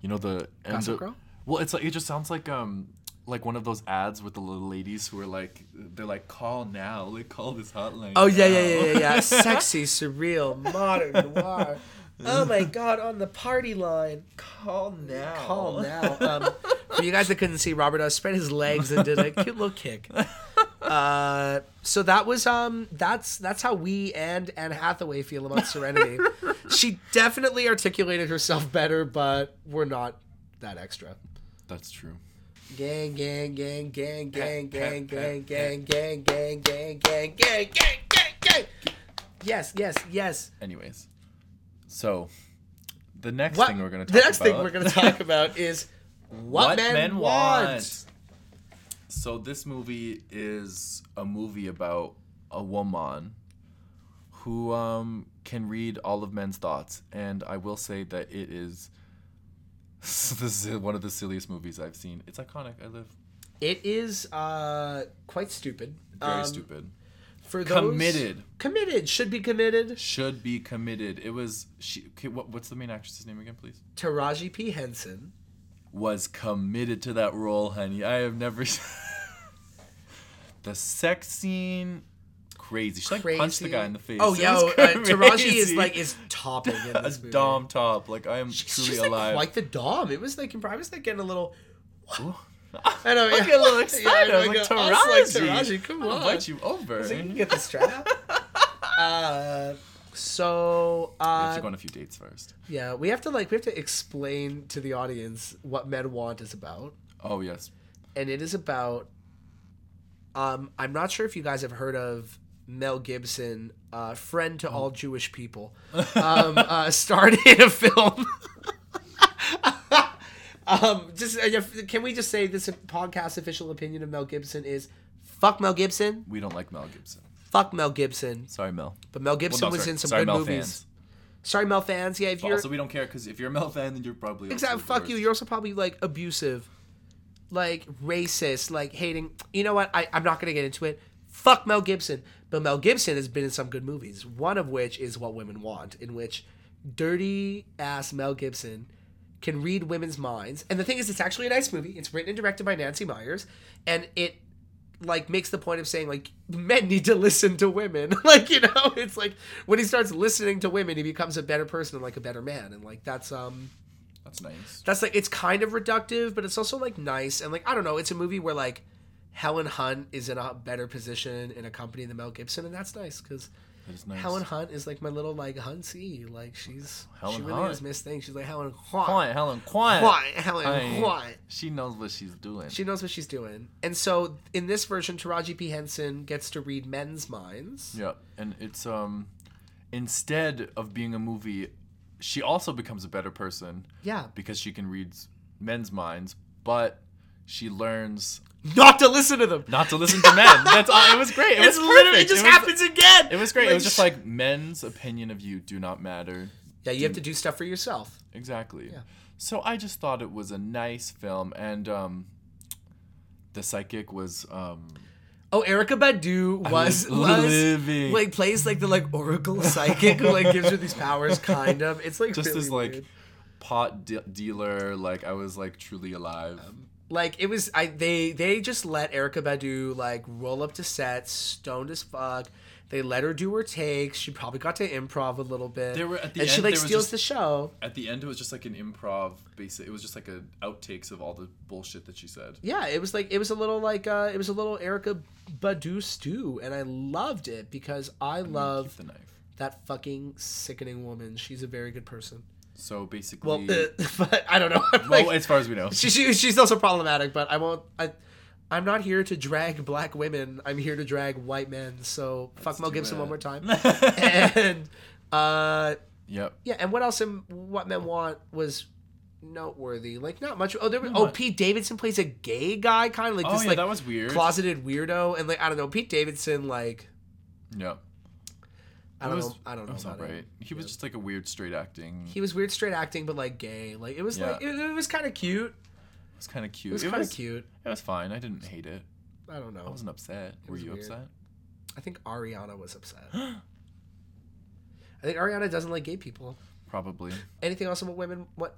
Speaker 1: you know the end
Speaker 2: Gossip
Speaker 1: of-
Speaker 2: Girl?
Speaker 1: Well, it's like it just sounds like um like one of those ads with the little ladies who are like they're like call now, like call this hotline.
Speaker 2: Oh yeah, yeah,
Speaker 1: now."
Speaker 2: yeah, yeah,
Speaker 1: *laughs*
Speaker 2: yeah. Sexy, surreal, modern noir. Oh my god, on the party line.
Speaker 1: Call now.
Speaker 2: Call now. Um, for you guys that couldn't see, Robert O spread his legs
Speaker 1: *laughs*
Speaker 2: and did a cute little kick. Uh, so that was um, that's that's how we and Anne Hathaway feel
Speaker 1: *laughs*
Speaker 2: about Serenity. she definitely articulated herself better, but we're not that extra.
Speaker 1: That's true.
Speaker 2: Gang, gang, gang, gang, gang,
Speaker 1: Pat,
Speaker 2: gang,
Speaker 1: pat,
Speaker 2: gang,
Speaker 1: pat,
Speaker 2: gang, gang, gang, gang, gang, gang, gang, gang, gang. Yes, yes, yes.
Speaker 1: Anyways, so the next
Speaker 2: What-
Speaker 1: thing we're gonna talk
Speaker 2: the next
Speaker 1: about,
Speaker 2: thing we're gonna talk about is what,
Speaker 1: what
Speaker 2: men, want.
Speaker 1: want. So this movie is a movie about a woman who um, can read all of men's thoughts, and I will say that it is. *laughs* This is one of the silliest movies I've seen. It's iconic. I live
Speaker 2: It is uh, quite stupid.
Speaker 1: very
Speaker 2: Um,
Speaker 1: stupid.
Speaker 2: For those
Speaker 1: Committed.
Speaker 2: committed should be committed.
Speaker 1: Should be committed. It was she. Okay, what, what's the main actress's name again, please?
Speaker 2: Taraji P Henson.
Speaker 1: was committed to that role, honey. I have never. *laughs* the sex scene, crazy. She like punched the
Speaker 2: Crazy.
Speaker 1: guy in the face.
Speaker 2: Oh
Speaker 1: It
Speaker 2: yeah,
Speaker 1: was
Speaker 2: oh, uh, Taraji
Speaker 1: *laughs*
Speaker 2: is
Speaker 1: crazy. *laughs*
Speaker 2: like is topping in
Speaker 1: a
Speaker 2: this movie.
Speaker 1: dom top. Like I am
Speaker 2: She's
Speaker 1: truly
Speaker 2: just like
Speaker 1: alive.
Speaker 2: quite the dom. It was like I was like getting a little. *laughs*
Speaker 1: Ooh.
Speaker 2: I know.
Speaker 1: I
Speaker 2: yeah.
Speaker 1: get a little
Speaker 2: *laughs* Yeah, I
Speaker 1: excited.
Speaker 2: know,
Speaker 1: I'm like,
Speaker 2: I was
Speaker 1: Taraji,
Speaker 2: like, Taraji, come
Speaker 1: I'll
Speaker 2: on.
Speaker 1: invite you over.
Speaker 2: I was like, you can
Speaker 1: We
Speaker 2: get the *laughs* strap. uh, so
Speaker 1: have
Speaker 2: uh,
Speaker 1: to go on a few dates first.
Speaker 2: yeah, we have to like we have to explain to the audience what men want is about,
Speaker 1: Oh yes.
Speaker 2: and it is about. Um, I'm not sure if you guys have heard of Mel Gibson, uh, friend
Speaker 1: Mm-hmm.
Speaker 2: to all Jewish people, um, uh, starred in a film. um, just uh, yeah, can we just say this podcast official opinion of Mel Gibson is fuck Mel Gibson,
Speaker 1: *laughs* We don't like Mel Gibson.
Speaker 2: fuck Mel Gibson,
Speaker 1: Sorry, Mel.
Speaker 2: But Mel
Speaker 1: Well,
Speaker 2: Gibson
Speaker 1: no,
Speaker 2: was
Speaker 1: sorry.
Speaker 2: in some
Speaker 1: sorry,
Speaker 2: good
Speaker 1: Mel
Speaker 2: movies.
Speaker 1: Fans.
Speaker 2: Sorry, Mel fans. Yeah, if
Speaker 1: But
Speaker 2: you're
Speaker 1: also, we don't care because if you're a Mel fan, then you're probably also
Speaker 2: exactly
Speaker 1: the
Speaker 2: fuck you,
Speaker 1: worst.
Speaker 2: you're also probably like abusive, like racist, like hating. You know what? I, I'm not gonna get into it. Fuck Mel Gibson. But Mel Gibson has been in some good movies. One of which is What Women Want, in which dirty ass Mel Gibson can read women's minds. And the thing is, it's actually a nice movie. It's written and directed by Nancy Myers, and it like makes the point of saying like men need to *laughs* listen to women like you know it's like when he starts listening to women he becomes a better person and like a better man and like that's um
Speaker 1: That's nice.
Speaker 2: that's like it's kind of reductive but it's also like nice and like i don't know it's a movie where like helen hunt is in a better position in a company than mel gibson and that's nice because
Speaker 1: That is nice.
Speaker 2: helen hunt is like my little like huntsy like she's she
Speaker 1: Helen
Speaker 2: really
Speaker 1: Hunt.
Speaker 2: is miss thing she's like helen hunt
Speaker 1: Quiet, Helen. Quiet.
Speaker 2: Hunt, helen *laughs*
Speaker 1: Hey,
Speaker 2: hunt
Speaker 1: She knows what she's doing.
Speaker 2: she knows what she's doing. And so in this version, Taraji P. Henson gets to read men's minds.
Speaker 1: yeah, and it's um, instead of being a movie, she also becomes a better person
Speaker 2: Yeah.
Speaker 1: because she can read s- men's minds, but she learns
Speaker 2: Not to listen to them.
Speaker 1: not to listen
Speaker 2: *laughs*
Speaker 1: to men. That's all. It was great. It
Speaker 2: it's
Speaker 1: was
Speaker 2: literally, it
Speaker 1: perfect.
Speaker 2: just
Speaker 1: was-
Speaker 2: happens again.
Speaker 1: It was great. It was just like men's opinion of you do not matter.
Speaker 2: Yeah, you have to do stuff for yourself.
Speaker 1: Exactly.
Speaker 2: Yeah.
Speaker 1: So I just thought it was a nice film, and um, the psychic was um,
Speaker 2: Oh, Erica Badu was,
Speaker 1: was
Speaker 2: was
Speaker 1: living.
Speaker 2: like plays like the like oracle psychic who like gives her
Speaker 1: *laughs*
Speaker 2: these powers kind of. It's *laughs* like
Speaker 1: just
Speaker 2: really
Speaker 1: as like
Speaker 2: weird.
Speaker 1: pot de- dealer like i was like truly alive
Speaker 2: like it was I they they just let Erica Badu like roll up to set stoned as fuck. They let her do her takes. She probably got to improv a little bit.
Speaker 1: There were- at the
Speaker 2: and she
Speaker 1: end,
Speaker 2: like
Speaker 1: there was
Speaker 2: steals
Speaker 1: just-
Speaker 2: the show.
Speaker 1: at the end it was just like an improv basic it was just like a outtakes of all the bullshit that she said
Speaker 2: yeah, it was like it was a little like uh it was a little Erica Badu stew, and I loved it because I love
Speaker 1: Keep the knife
Speaker 2: that fucking sickening woman. She's a very good person.
Speaker 1: so basically
Speaker 2: Well, *laughs* but I don't know. I'm
Speaker 1: Mm. well,
Speaker 2: like,
Speaker 1: as far as
Speaker 2: *laughs*
Speaker 1: we know
Speaker 2: she, she she's also problematic, but I won't. I, I'm not here to drag black women. I'm here to drag white men. So fuck Mel
Speaker 1: do
Speaker 2: Gibson
Speaker 1: it.
Speaker 2: one more
Speaker 1: *laughs*
Speaker 2: time. *laughs* and uh,
Speaker 1: yep
Speaker 2: yeah, and what else? In what men want was noteworthy. Like not much. Oh, there was. Oh, Pete Davidson plays a gay guy, kind of like
Speaker 1: oh
Speaker 2: this.
Speaker 1: yeah
Speaker 2: like
Speaker 1: that was weird
Speaker 2: closeted weirdo and like I don't know Pete Davidson like
Speaker 1: yep
Speaker 2: I don't
Speaker 1: was-
Speaker 2: know. I don't
Speaker 1: That
Speaker 2: know
Speaker 1: was
Speaker 2: about
Speaker 1: alright.
Speaker 2: it.
Speaker 1: He was just like a weird straight acting.
Speaker 2: He was weird straight acting, but like gay. Like it was
Speaker 1: Yeah.
Speaker 2: like it, it was kind of cute.
Speaker 1: It was kind of cute.
Speaker 2: It was kind of cute.
Speaker 1: It was fine. I didn't hate it.
Speaker 2: I don't
Speaker 1: I
Speaker 2: know.
Speaker 1: wasn't upset. Were
Speaker 2: was
Speaker 1: you
Speaker 2: weird.
Speaker 1: upset?
Speaker 2: I think Ariana was
Speaker 1: *gasps*
Speaker 2: upset. I think Ariana doesn't like gay people.
Speaker 1: Probably.
Speaker 2: Anything else about women? What?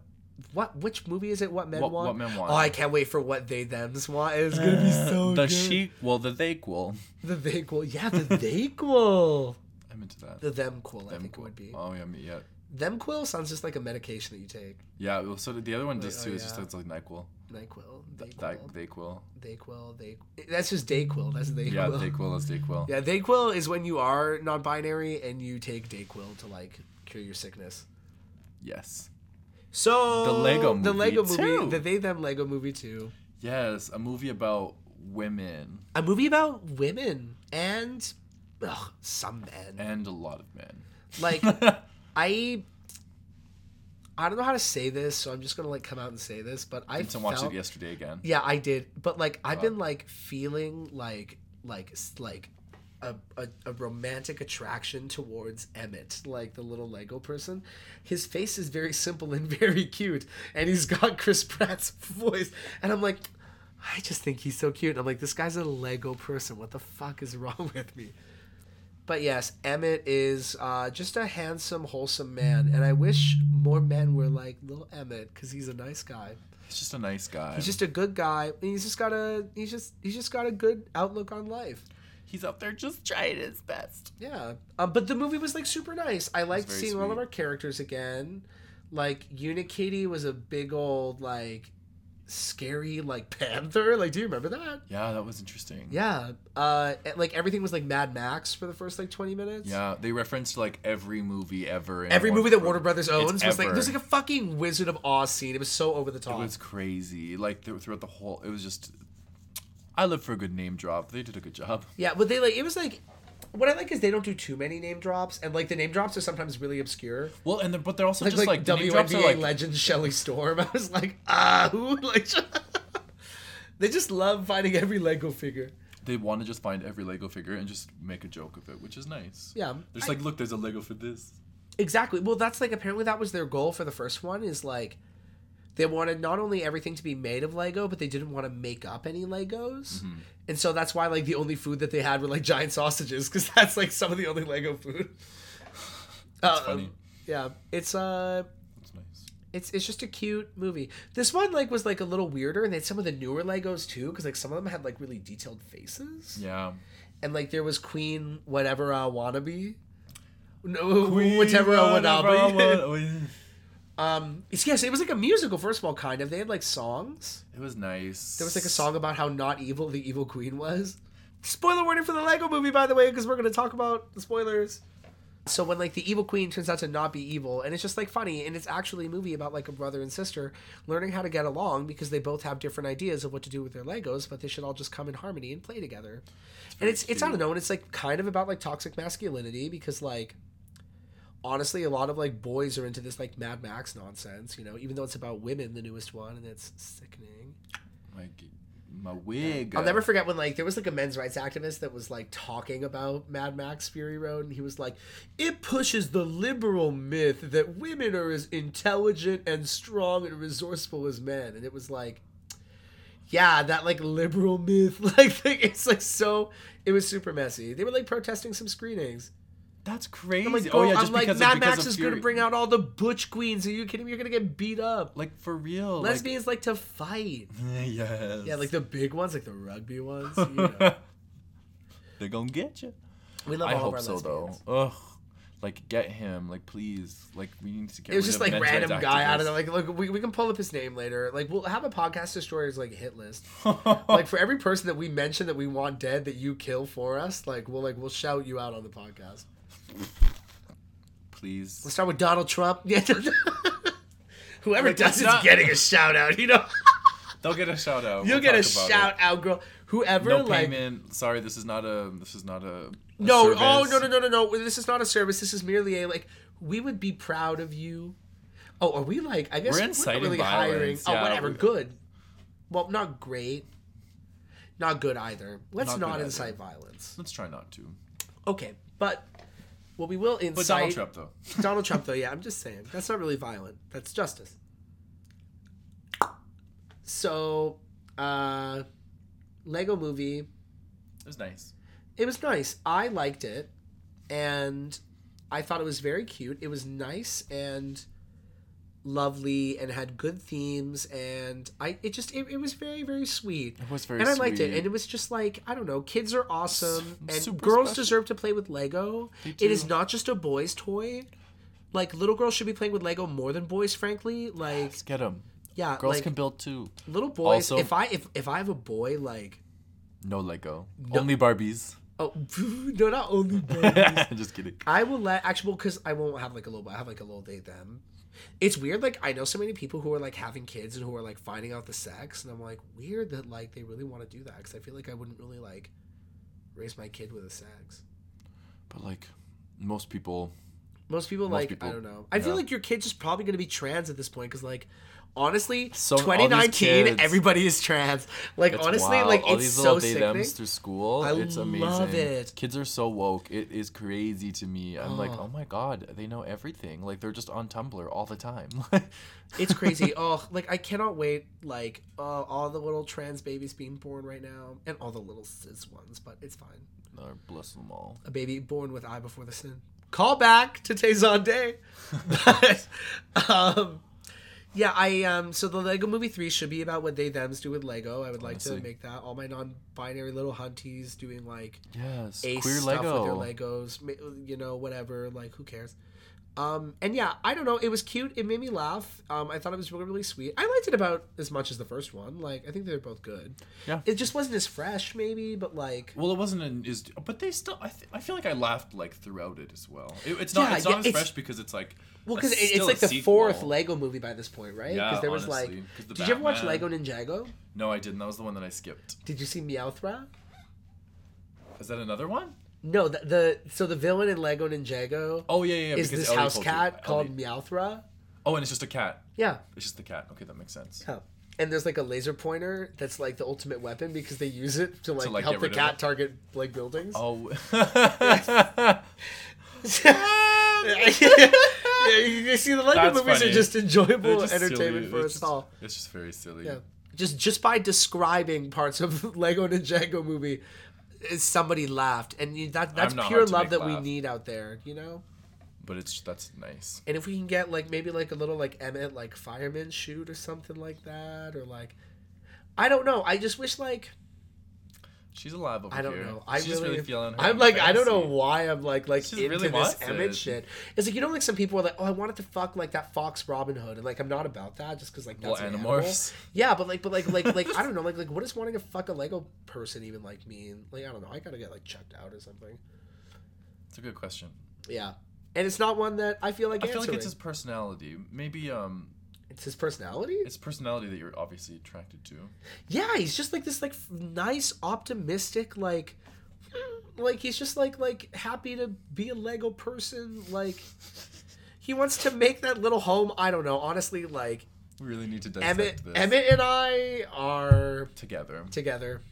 Speaker 2: What? Which movie is it? What men
Speaker 1: What-
Speaker 2: want?
Speaker 1: What Men Want.
Speaker 2: Oh, I can't wait for what they them's want. It's
Speaker 1: *laughs*
Speaker 2: gonna be so
Speaker 1: the
Speaker 2: good.
Speaker 1: well, the thequel.
Speaker 2: the they cool. Yeah, the they cool.
Speaker 1: I'm into that.
Speaker 2: The them cool. I
Speaker 1: Them
Speaker 2: think
Speaker 1: cool.
Speaker 2: it would be.
Speaker 1: Oh yeah, me- yeah,
Speaker 2: Them quill sounds just like a medication that you take.
Speaker 1: yeah. Well, so the other one does
Speaker 2: oh,
Speaker 1: too. It's just
Speaker 2: yeah.
Speaker 1: it's like Nyquil.
Speaker 2: Nyquil.
Speaker 1: Th-
Speaker 2: Dayquil.
Speaker 1: Dayquil.
Speaker 2: Dayquil. Day. That's just Dayquil. That's Dayquil.
Speaker 1: Yeah, Dayquil is Dayquil.
Speaker 2: *laughs* Yeah, Dayquil is when you are non-binary and you take Dayquil to like cure your sickness.
Speaker 1: Yes.
Speaker 2: So
Speaker 1: The Lego
Speaker 2: the
Speaker 1: movie
Speaker 2: Lego
Speaker 1: too.
Speaker 2: movie, the they them Lego movie too.
Speaker 1: Yes, a movie about women
Speaker 2: A movie about women and ugh, some *laughs* men.
Speaker 1: and a lot of men.
Speaker 2: Like I, I don't know how to say this, so I'm just gonna like come out and say this. But I
Speaker 1: Vincent watched
Speaker 2: felt-
Speaker 1: it yesterday again.
Speaker 2: Yeah, I did. But like I've been
Speaker 1: Fuck.
Speaker 2: like feeling like like s- like a, a, a romantic attraction towards Emmett, like the little Lego person. His face is very simple and *laughs* very cute, and he's got *laughs* Chris Pratt's voice. And I'm like, I just think he's so cute. And I'm like, this guy's a Lego person. What the fuck is *laughs* wrong with me? But yes, Emmett is uh, just a handsome, wholesome man, and I wish more men were like little Emmett because he's a nice guy.
Speaker 1: He's just a nice guy.
Speaker 2: He's just a good guy. and He's just got a he's just he's just got a good outlook on life.
Speaker 1: He's out there just trying his best.
Speaker 2: Yeah. Um, but the movie was like super nice. I liked
Speaker 1: very
Speaker 2: seeing all of
Speaker 1: sweet.
Speaker 2: our characters again. Like Unikitty was a big old like scary like panther. Like, do you remember that?
Speaker 1: Yeah, that was interesting.
Speaker 2: Yeah. Uh, and, like everything was like Mad Max for the first like twenty minutes.
Speaker 1: Yeah, they referenced like every movie ever. in
Speaker 2: Every movie that
Speaker 1: Brothers.
Speaker 2: Warner Brothers owns was like
Speaker 1: ever.
Speaker 2: there's like a fucking Wizard of Oz scene. It was so over the top.
Speaker 1: It was crazy. Like th- throughout the whole, it was just. I live for a good name drop. They did a good job.
Speaker 2: Yeah, but they like it was like what I like is they don't do too many name drops, and like the name drops are sometimes really obscure.
Speaker 1: Well, and they're, but they're also
Speaker 2: Like,
Speaker 1: just like,
Speaker 2: like,
Speaker 1: the name drops are
Speaker 2: WNBA
Speaker 1: like
Speaker 2: legend Shelly Storm. *laughs* I was like, ah, who? Like, *laughs* they just love finding every Lego figure.
Speaker 1: they want to just find every Lego figure and just make a joke of it, which is nice.
Speaker 2: Yeah,
Speaker 1: There's like, look, there's a Lego for this.
Speaker 2: Exactly. Well, that's like apparently that was their goal for the first one is like they wanted not only everything to be made of Lego, but they didn't want to make up any Legos.
Speaker 1: Mm-hmm.
Speaker 2: And so that's why like the only food that they had were like giant sausages cuz *laughs* that's like some of the only Lego food. That's
Speaker 1: funny.
Speaker 2: Yeah, it's uh
Speaker 1: That's nice.
Speaker 2: it's it's just a cute movie. This one like was like a little weirder and they had some of the newer Legos too cuz like some of them had like really detailed faces.
Speaker 1: Yeah.
Speaker 2: And like there was Queen whatever I wanna be. No, whichever I wanna be. *laughs* Um, it's, yes, it was like a musical, first of all, kind of. They had like songs.
Speaker 1: It was nice.
Speaker 2: There was like a song about how not evil the evil queen was. Spoiler warning for the Lego movie, by the way, because we're going to talk about the spoilers. So when like the evil queen turns out to not be evil, and it's just like funny, and it's actually a movie about like a brother and sister learning how to get along because they both have different ideas of what to do with their Legos, but they should all just come in harmony and play together. and it's it's I don't know, and it's like kind of about like toxic masculinity because like honestly, a lot of like boys are into this like Mad Max nonsense, you know, even though it's about women, the newest one, and it's sickening.
Speaker 1: My, g- my wig.
Speaker 2: I'll never forget when like there was like a men's rights activist that was like talking about Mad Max Fury Road, and he was like, "It pushes the liberal myth that women are as intelligent and strong and resourceful as men," and it was like. Yeah, that like liberal myth, *laughs* like it's like so. It was super messy. They were like protesting some screenings.
Speaker 1: That's crazy.
Speaker 2: I'm like,
Speaker 1: oh
Speaker 2: bro,
Speaker 1: yeah, just
Speaker 2: I'm like,
Speaker 1: because of-
Speaker 2: Mad
Speaker 1: because
Speaker 2: Max
Speaker 1: of
Speaker 2: is gonna
Speaker 1: Fury-
Speaker 2: bring out all the butch queens. Are you kidding me? You're gonna get beat up.
Speaker 1: like for real. like-
Speaker 2: Lesbians like to fight.
Speaker 1: *laughs* yes.
Speaker 2: Yeah, like the big ones, like the rugby
Speaker 1: *laughs*
Speaker 2: ones. You know.
Speaker 1: They're gonna get you.
Speaker 2: We love
Speaker 1: I
Speaker 2: all
Speaker 1: hope
Speaker 2: of our
Speaker 1: so
Speaker 2: lesbians.
Speaker 1: though. Ugh. Like get him. Like please. Like we need to get.
Speaker 2: It was
Speaker 1: rid
Speaker 2: just
Speaker 1: of
Speaker 2: like
Speaker 1: men's rights
Speaker 2: random guy out
Speaker 1: activists.
Speaker 2: of there. Like, look, we, we can pull up his name later. Like, we'll have a podcast destroyers like hit list.
Speaker 1: *laughs*
Speaker 2: like for every person that we mention that we want dead that you kill for us, like we'll like we'll shout you out on the podcast.
Speaker 1: please.
Speaker 2: Let's start with Donald Trump. *laughs* Yeah. Whoever
Speaker 1: Like,
Speaker 2: does
Speaker 1: that's
Speaker 2: is
Speaker 1: not-
Speaker 2: getting a shout out. You know,
Speaker 1: They'll get a shout out.
Speaker 2: you'll
Speaker 1: *laughs* We'll
Speaker 2: get a
Speaker 1: talk about it.
Speaker 2: shout out, girl. Whoever
Speaker 1: No
Speaker 2: like
Speaker 1: payment. Sorry, this is not a. This is not a. a
Speaker 2: No,
Speaker 1: service.
Speaker 2: oh no no no no no. This is not a service. This is merely a like we would be proud of you. Oh, are we like I guess
Speaker 1: We're
Speaker 2: we're, not
Speaker 1: inciting
Speaker 2: really hiring.
Speaker 1: violence,
Speaker 2: Oh,
Speaker 1: yeah,
Speaker 2: whatever.
Speaker 1: we-
Speaker 2: Good. Well, not great. Not good either. Let's
Speaker 1: Not
Speaker 2: not,
Speaker 1: good
Speaker 2: incite violence.
Speaker 1: Let's try not to.
Speaker 2: Okay, but What we will
Speaker 1: But
Speaker 2: incite
Speaker 1: Donald Trump though.
Speaker 2: *laughs*
Speaker 1: *laughs*
Speaker 2: Donald Trump, though, yeah, I'm just saying. That's not really violent. That's justice. So, uh, Lego movie,
Speaker 1: It was nice.
Speaker 2: it was nice. I liked it, and I thought it was very cute. It was nice and lovely and had good themes and I it just it, it was very very sweet
Speaker 1: It was very
Speaker 2: and I liked it
Speaker 1: sweet.
Speaker 2: and it was just like I don't know kids are awesome and
Speaker 1: super
Speaker 2: girls
Speaker 1: special.
Speaker 2: deserve to play with Lego it is not just a boys toy like little girls should be playing with Lego more than boys frankly like
Speaker 1: Let's get him.
Speaker 2: yeah
Speaker 1: Girls
Speaker 2: like
Speaker 1: can build too.
Speaker 2: little boys
Speaker 1: also-
Speaker 2: if I if if I have a boy like
Speaker 1: No Lego. Only Barbies.
Speaker 2: oh *laughs* no not
Speaker 1: *laughs*
Speaker 2: only boys
Speaker 1: Just kidding.
Speaker 2: I will let actually because I won't have like a little. I have like a little date them. It's weird. Like I know so many people who are like having kids and who are like finding out the sex, and I'm like weird that like they really want to do that because I feel like I wouldn't really like raise my kid with a sex.
Speaker 1: But like most people,
Speaker 2: Most people like
Speaker 1: people,
Speaker 2: I don't know. I feel
Speaker 1: yeah.
Speaker 2: like your kid's just probably gonna be trans at this point because like honestly,
Speaker 1: So- all these
Speaker 2: 2019,
Speaker 1: kids.
Speaker 2: everybody is trans. Like
Speaker 1: it's
Speaker 2: honestly,
Speaker 1: wild.
Speaker 2: like
Speaker 1: all
Speaker 2: it's
Speaker 1: these
Speaker 2: so
Speaker 1: little they
Speaker 2: sickening.
Speaker 1: thems through school.
Speaker 2: I
Speaker 1: it's amazing.
Speaker 2: love it.
Speaker 1: Kids are so woke. It is crazy to me. I'm like, oh my god, they know everything. Like they're just on Tumblr all the time. *laughs*
Speaker 2: It's crazy. oh, like I cannot wait. Like uh, all the little trans babies being born right now, and all the little cis ones. But it's fine.
Speaker 1: Lord bless them all.
Speaker 2: A baby born with eye before the sin. Call back to Tezon Day. but um, yeah, I um. So the Lego Movie Three should be about what they them's do with Lego. I would like to
Speaker 1: Honestly.
Speaker 2: make that all my non-binary little hunties doing like
Speaker 1: Yes,
Speaker 2: ace
Speaker 1: queer
Speaker 2: stuff
Speaker 1: Lego.
Speaker 2: with their Legos, ma- you know, whatever. Like, who cares? Um, and yeah, I don't know. It was cute. It made me laugh. Um, I thought it was really, really sweet. I liked it about as much as the first one. Like, I think they're both good.
Speaker 1: Yeah.
Speaker 2: It just wasn't as fresh, maybe, but like,
Speaker 1: Well, it wasn't an is, but they still. I, th- I feel like I laughed like throughout it as well. It, it's not.
Speaker 2: Yeah,
Speaker 1: it's not
Speaker 2: yeah,
Speaker 1: as
Speaker 2: it's-
Speaker 1: fresh because it's like.
Speaker 2: well,
Speaker 1: a-
Speaker 2: because it's
Speaker 1: still
Speaker 2: like
Speaker 1: a
Speaker 2: the fourth
Speaker 1: sequel.
Speaker 2: Lego movie by this point, right?
Speaker 1: Yeah,
Speaker 2: Because there was like,
Speaker 1: honestly, 'cause the
Speaker 2: did you ever watch Lego
Speaker 1: Batman-
Speaker 2: Ninjago?
Speaker 1: No, I didn't. That was the one that I skipped.
Speaker 2: Did you see Meowthra?
Speaker 1: Is that another one?
Speaker 2: No, the, the so the villain in Lego Ninjago
Speaker 1: Oh yeah, yeah. yeah,
Speaker 2: is
Speaker 1: because
Speaker 2: this
Speaker 1: Ellie
Speaker 2: house
Speaker 1: told you.
Speaker 2: cat
Speaker 1: Ellie-
Speaker 2: called Meowthra.
Speaker 1: Oh, and it's just a cat.
Speaker 2: Yeah.
Speaker 1: It's just the cat. Okay, that makes sense.
Speaker 2: Oh. And there's like a laser pointer that's like the ultimate weapon because they use it to like,
Speaker 1: like,
Speaker 2: help
Speaker 1: get
Speaker 2: the
Speaker 1: rid of
Speaker 2: cat
Speaker 1: it.
Speaker 2: target like buildings.
Speaker 1: Oh.
Speaker 2: *laughs*
Speaker 1: *laughs*
Speaker 2: yeah, you can see the Lego
Speaker 1: That's
Speaker 2: movies are
Speaker 1: funny.
Speaker 2: just enjoyable
Speaker 1: They're just
Speaker 2: entertainment
Speaker 1: silly.
Speaker 2: for
Speaker 1: It's
Speaker 2: us
Speaker 1: just-
Speaker 2: all.
Speaker 1: It's just very silly.
Speaker 2: Yeah. Just just by describing parts of *laughs* Lego Ninjago movie, eh, somebody laughed, and you, that that's
Speaker 1: I'm not
Speaker 2: pure
Speaker 1: hard to
Speaker 2: love
Speaker 1: make
Speaker 2: that we
Speaker 1: laugh.
Speaker 2: need out there, you know.
Speaker 1: But it's that's nice.
Speaker 2: And if we can get like maybe like a little like Emmett like fireman shoot or something like that, or like I don't know. I just wish like
Speaker 1: She's alive over
Speaker 2: I don't
Speaker 1: here.
Speaker 2: know. I
Speaker 1: She's really feeling her.
Speaker 2: I'm like I don't know
Speaker 1: fantasy.
Speaker 2: why I'm like like
Speaker 1: She
Speaker 2: into
Speaker 1: really
Speaker 2: this
Speaker 1: wants
Speaker 2: Emmett
Speaker 1: it.
Speaker 2: shit. It's like you know like some people are like oh I wanted to fuck like that Fox Robin Hood and like I'm not about that just because like
Speaker 1: Well,
Speaker 2: that's an animal.
Speaker 1: Animorphs.
Speaker 2: Yeah, but like but like like like I don't know like like what does wanting to fuck a Lego person even like mean? Like I don't know. I gotta get like checked out or something.
Speaker 1: It's a good question.
Speaker 2: Yeah, and it's not one that I feel like
Speaker 1: I feel like
Speaker 2: answering.
Speaker 1: it's his personality. Maybe um,
Speaker 2: it's his personality.
Speaker 1: it's personality that you're obviously attracted to.
Speaker 2: yeah he's just like this like f- nice optimistic like like he's just like like happy to be a lego person like he wants to make that little home i don't know honestly like
Speaker 1: We really need to dissect
Speaker 2: emmett
Speaker 1: this
Speaker 2: emmett and i are
Speaker 1: together.
Speaker 2: together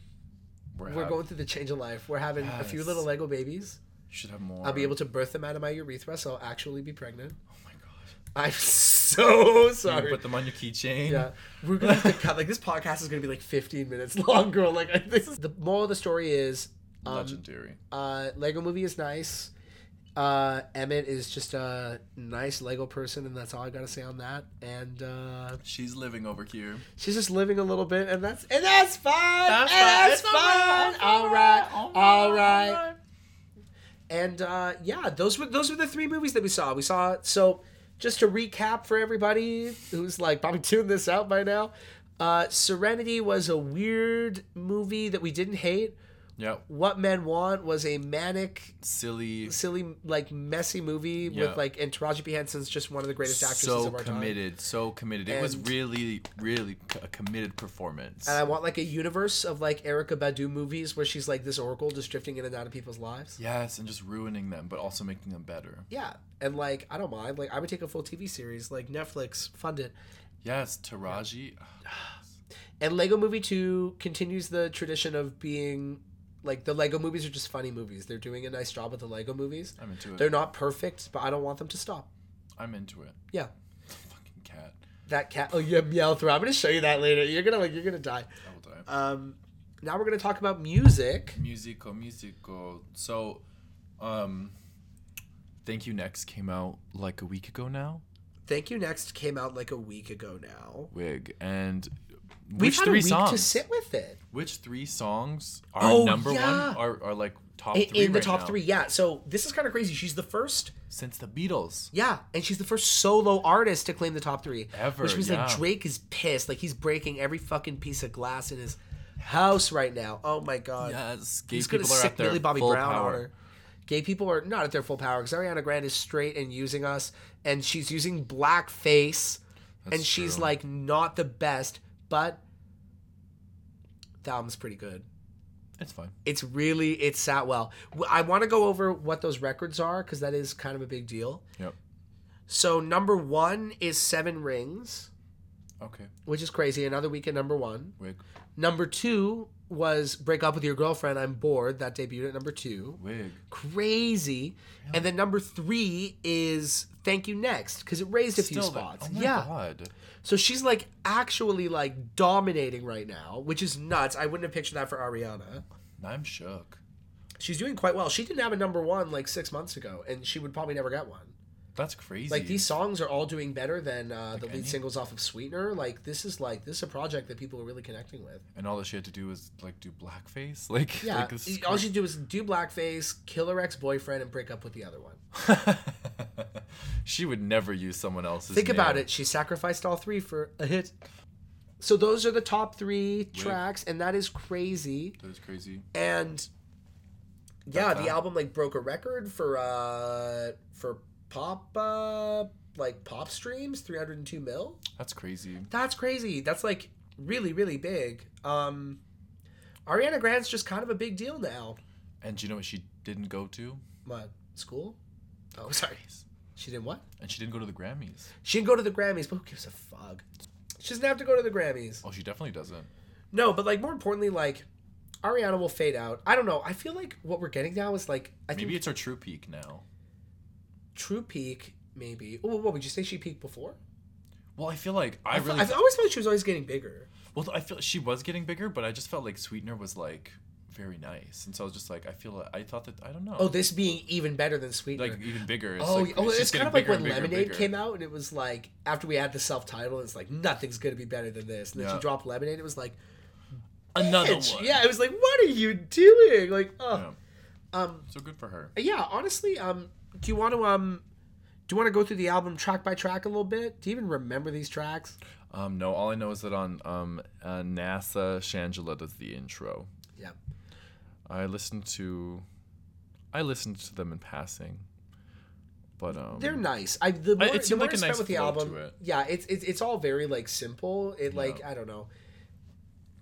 Speaker 1: We're,
Speaker 2: we're
Speaker 1: hav-
Speaker 2: going through the change of life we're having a few
Speaker 1: Yes.
Speaker 2: little lego babies
Speaker 1: Should have more.
Speaker 2: i'll be able to birth them out of my urethra so i'll actually be pregnant
Speaker 1: Oh my god.
Speaker 2: i'm *laughs* so
Speaker 1: You
Speaker 2: sorry
Speaker 1: put them on your keychain. *laughs*
Speaker 2: Yeah, we're gonna have to cut. Like this podcast is gonna be like 15 minutes *laughs* long, girl. Like I- this is the moral of the story is, um,
Speaker 1: Legendary.
Speaker 2: uh, Lego Movie is nice. Uh, Emmett is just a nice Lego person, and that's all I gotta say on that. And uh,
Speaker 1: She's living over here.
Speaker 2: she's just living a little bit, and that's and that's fine.
Speaker 1: That's
Speaker 2: and
Speaker 1: fine.
Speaker 2: That's
Speaker 1: It's all
Speaker 2: fine.
Speaker 1: right.
Speaker 2: All right,
Speaker 1: All right.
Speaker 2: all
Speaker 1: All
Speaker 2: right.
Speaker 1: right.
Speaker 2: And uh, yeah, those were those were the three movies that we saw. We saw so just to recap for everybody who's like probably *laughs* tuned this out by now. Uh, Serenity was a weird movie that we didn't hate.
Speaker 1: Yeah.
Speaker 2: What Men Want was a manic,
Speaker 1: Silly.
Speaker 2: silly, like messy movie
Speaker 1: Yeah.
Speaker 2: with like and Taraji P Henson's just one of the greatest actresses
Speaker 1: so
Speaker 2: of our time.
Speaker 1: committed, so committed. It was
Speaker 2: And-
Speaker 1: really, really c- a committed performance.
Speaker 2: And I want like a universe of like Erica Badu movies where she's like this oracle just drifting in and out of people's lives.
Speaker 1: yes, and just ruining them, but also making them better.
Speaker 2: Yeah, and like I don't mind. Like I would take a full TV series like Netflix fund it.
Speaker 1: Yes, Taraji.
Speaker 2: And Lego Movie 2 continues the tradition of being Like the Lego movies are just funny movies. They're doing a nice job with the Lego movies.
Speaker 1: I'm into it.
Speaker 2: They're not perfect, but I don't want them to stop.
Speaker 1: I'm into it.
Speaker 2: Yeah.
Speaker 1: Fucking cat.
Speaker 2: That cat. Oh, yeah, meow through. I'm gonna show you that later. You're gonna like. You're gonna die.
Speaker 1: I will die.
Speaker 2: Um, now we're gonna talk about music.
Speaker 1: musical musical so um thank you next came out like a week ago now
Speaker 2: Thank You Next came out like a week ago now.
Speaker 1: wig and
Speaker 2: We've
Speaker 1: which
Speaker 2: had
Speaker 1: three
Speaker 2: a week
Speaker 1: songs
Speaker 2: to sit with it
Speaker 1: which three songs are
Speaker 2: Oh,
Speaker 1: number
Speaker 2: yeah.
Speaker 1: one are, are like top
Speaker 2: in,
Speaker 1: three
Speaker 2: in the
Speaker 1: right
Speaker 2: top
Speaker 1: now?
Speaker 2: three. Yeah, so this is kind of crazy. She's the first,
Speaker 1: since the beatles
Speaker 2: yeah, and she's the first solo artist to claim the top three
Speaker 1: Ever,
Speaker 2: which means like
Speaker 1: yeah.
Speaker 2: Drake is pissed, like he's breaking every fucking piece of glass in his house right now. Oh my god,
Speaker 1: yes gay
Speaker 2: he's gonna
Speaker 1: people are
Speaker 2: sick
Speaker 1: at their
Speaker 2: Millie Bobby
Speaker 1: full
Speaker 2: Brown
Speaker 1: power
Speaker 2: on her. Gay people are not at their full power because Ariana Grande is straight and using us, and she's using blackface, and
Speaker 1: That's
Speaker 2: she's
Speaker 1: true.
Speaker 2: like not the best, but the album's pretty good.
Speaker 1: it's fine
Speaker 2: it's really it sat well W- i want to go over what those records are because that is kind of a big deal
Speaker 1: yep
Speaker 2: so number one is seven rings
Speaker 1: okay
Speaker 2: which is crazy another week at number one
Speaker 1: wig
Speaker 2: number two was break up with your girlfriend i'm bored that debuted at number two
Speaker 1: wig
Speaker 2: crazy and then number three is thank you next because it raised a few
Speaker 1: Still the-
Speaker 2: spots
Speaker 1: oh my
Speaker 2: yeah
Speaker 1: god
Speaker 2: so she's like actually like dominating right now which is nuts i wouldn't have pictured that for ariana
Speaker 1: i'm shook
Speaker 2: she's doing quite well. She didn't have a number one like six months ago, and she would probably never get one.
Speaker 1: that's crazy
Speaker 2: Like these songs are all doing better than uh, the lead
Speaker 1: any-
Speaker 2: singles off of Sweetener. Like this is like this is a project that people are really connecting with.
Speaker 1: and all that she had to do was like do blackface *laughs* like
Speaker 2: Yeah,
Speaker 1: like, this is
Speaker 2: all you do is do blackface, kill her ex boyfriend, and break up with the other one.
Speaker 1: *laughs* she would never use someone else's.
Speaker 2: Think about
Speaker 1: name.
Speaker 2: it. She sacrificed all three for a hit. So those are the top three tracks, and that is crazy.
Speaker 1: That is crazy.
Speaker 2: And yeah,
Speaker 1: That's
Speaker 2: the
Speaker 1: hot.
Speaker 2: album like broke a record for uh for pop uh like pop streams, three hundred and two mil.
Speaker 1: That's crazy.
Speaker 2: That's crazy. That's like really, really big. Um Ariana Grande's just kind of a big deal now.
Speaker 1: And do you know what she didn't go to?
Speaker 2: What? School? Oh, *laughs* sorry. She didn't what?
Speaker 1: And she didn't go to the Grammys.
Speaker 2: She didn't go to the Grammys, but who gives a fuck? She doesn't have to go to the Grammys.
Speaker 1: Oh, she definitely doesn't.
Speaker 2: No, but like more importantly, like Ariana will fade out. I don't know. I feel like what we're getting now is like I
Speaker 1: Maybe
Speaker 2: think
Speaker 1: it's her true peak now.
Speaker 2: true peak, maybe. Oh, what would you say she peaked before?
Speaker 1: Well, I feel like I,
Speaker 2: I fe-
Speaker 1: really.
Speaker 2: I've always felt she was always getting bigger.
Speaker 1: well, I feel she was getting bigger, but I just felt like Sweetener was like very nice, and so I was just like, I feel. I thought that I don't know.
Speaker 2: Oh, this being even better than Sweetener.
Speaker 1: like even bigger. It's
Speaker 2: Oh,
Speaker 1: like,
Speaker 2: oh, it's,
Speaker 1: just
Speaker 2: kind
Speaker 1: getting
Speaker 2: of like
Speaker 1: bigger
Speaker 2: when
Speaker 1: and bigger and
Speaker 2: Lemonade
Speaker 1: bigger.
Speaker 2: came out, and it was like after we had the self title, it's like nothing's gonna be better than this. And then she
Speaker 1: Yeah.
Speaker 2: dropped Lemonade, it was like,
Speaker 1: Another
Speaker 2: "Bitch."
Speaker 1: one.
Speaker 2: yeah, it was like, what are you doing? Like,
Speaker 1: Yeah.
Speaker 2: oh, um,
Speaker 1: So good for her.
Speaker 2: yeah. Honestly, um, do you want to um, do you want to go through the album track by track a little bit? Do you even remember these tracks?
Speaker 1: Um, no, all I know is that on um, uh, NASA, Shangela does the intro.
Speaker 2: Yeah,
Speaker 1: I listened to, I listened to them in passing, but um,
Speaker 2: they're nice. I the more,
Speaker 1: it
Speaker 2: the
Speaker 1: seemed
Speaker 2: more
Speaker 1: like
Speaker 2: I
Speaker 1: a
Speaker 2: spent
Speaker 1: nice
Speaker 2: with the
Speaker 1: flow
Speaker 2: album,
Speaker 1: to it.
Speaker 2: yeah, it's, it's it's all very like simple. It like I don't know.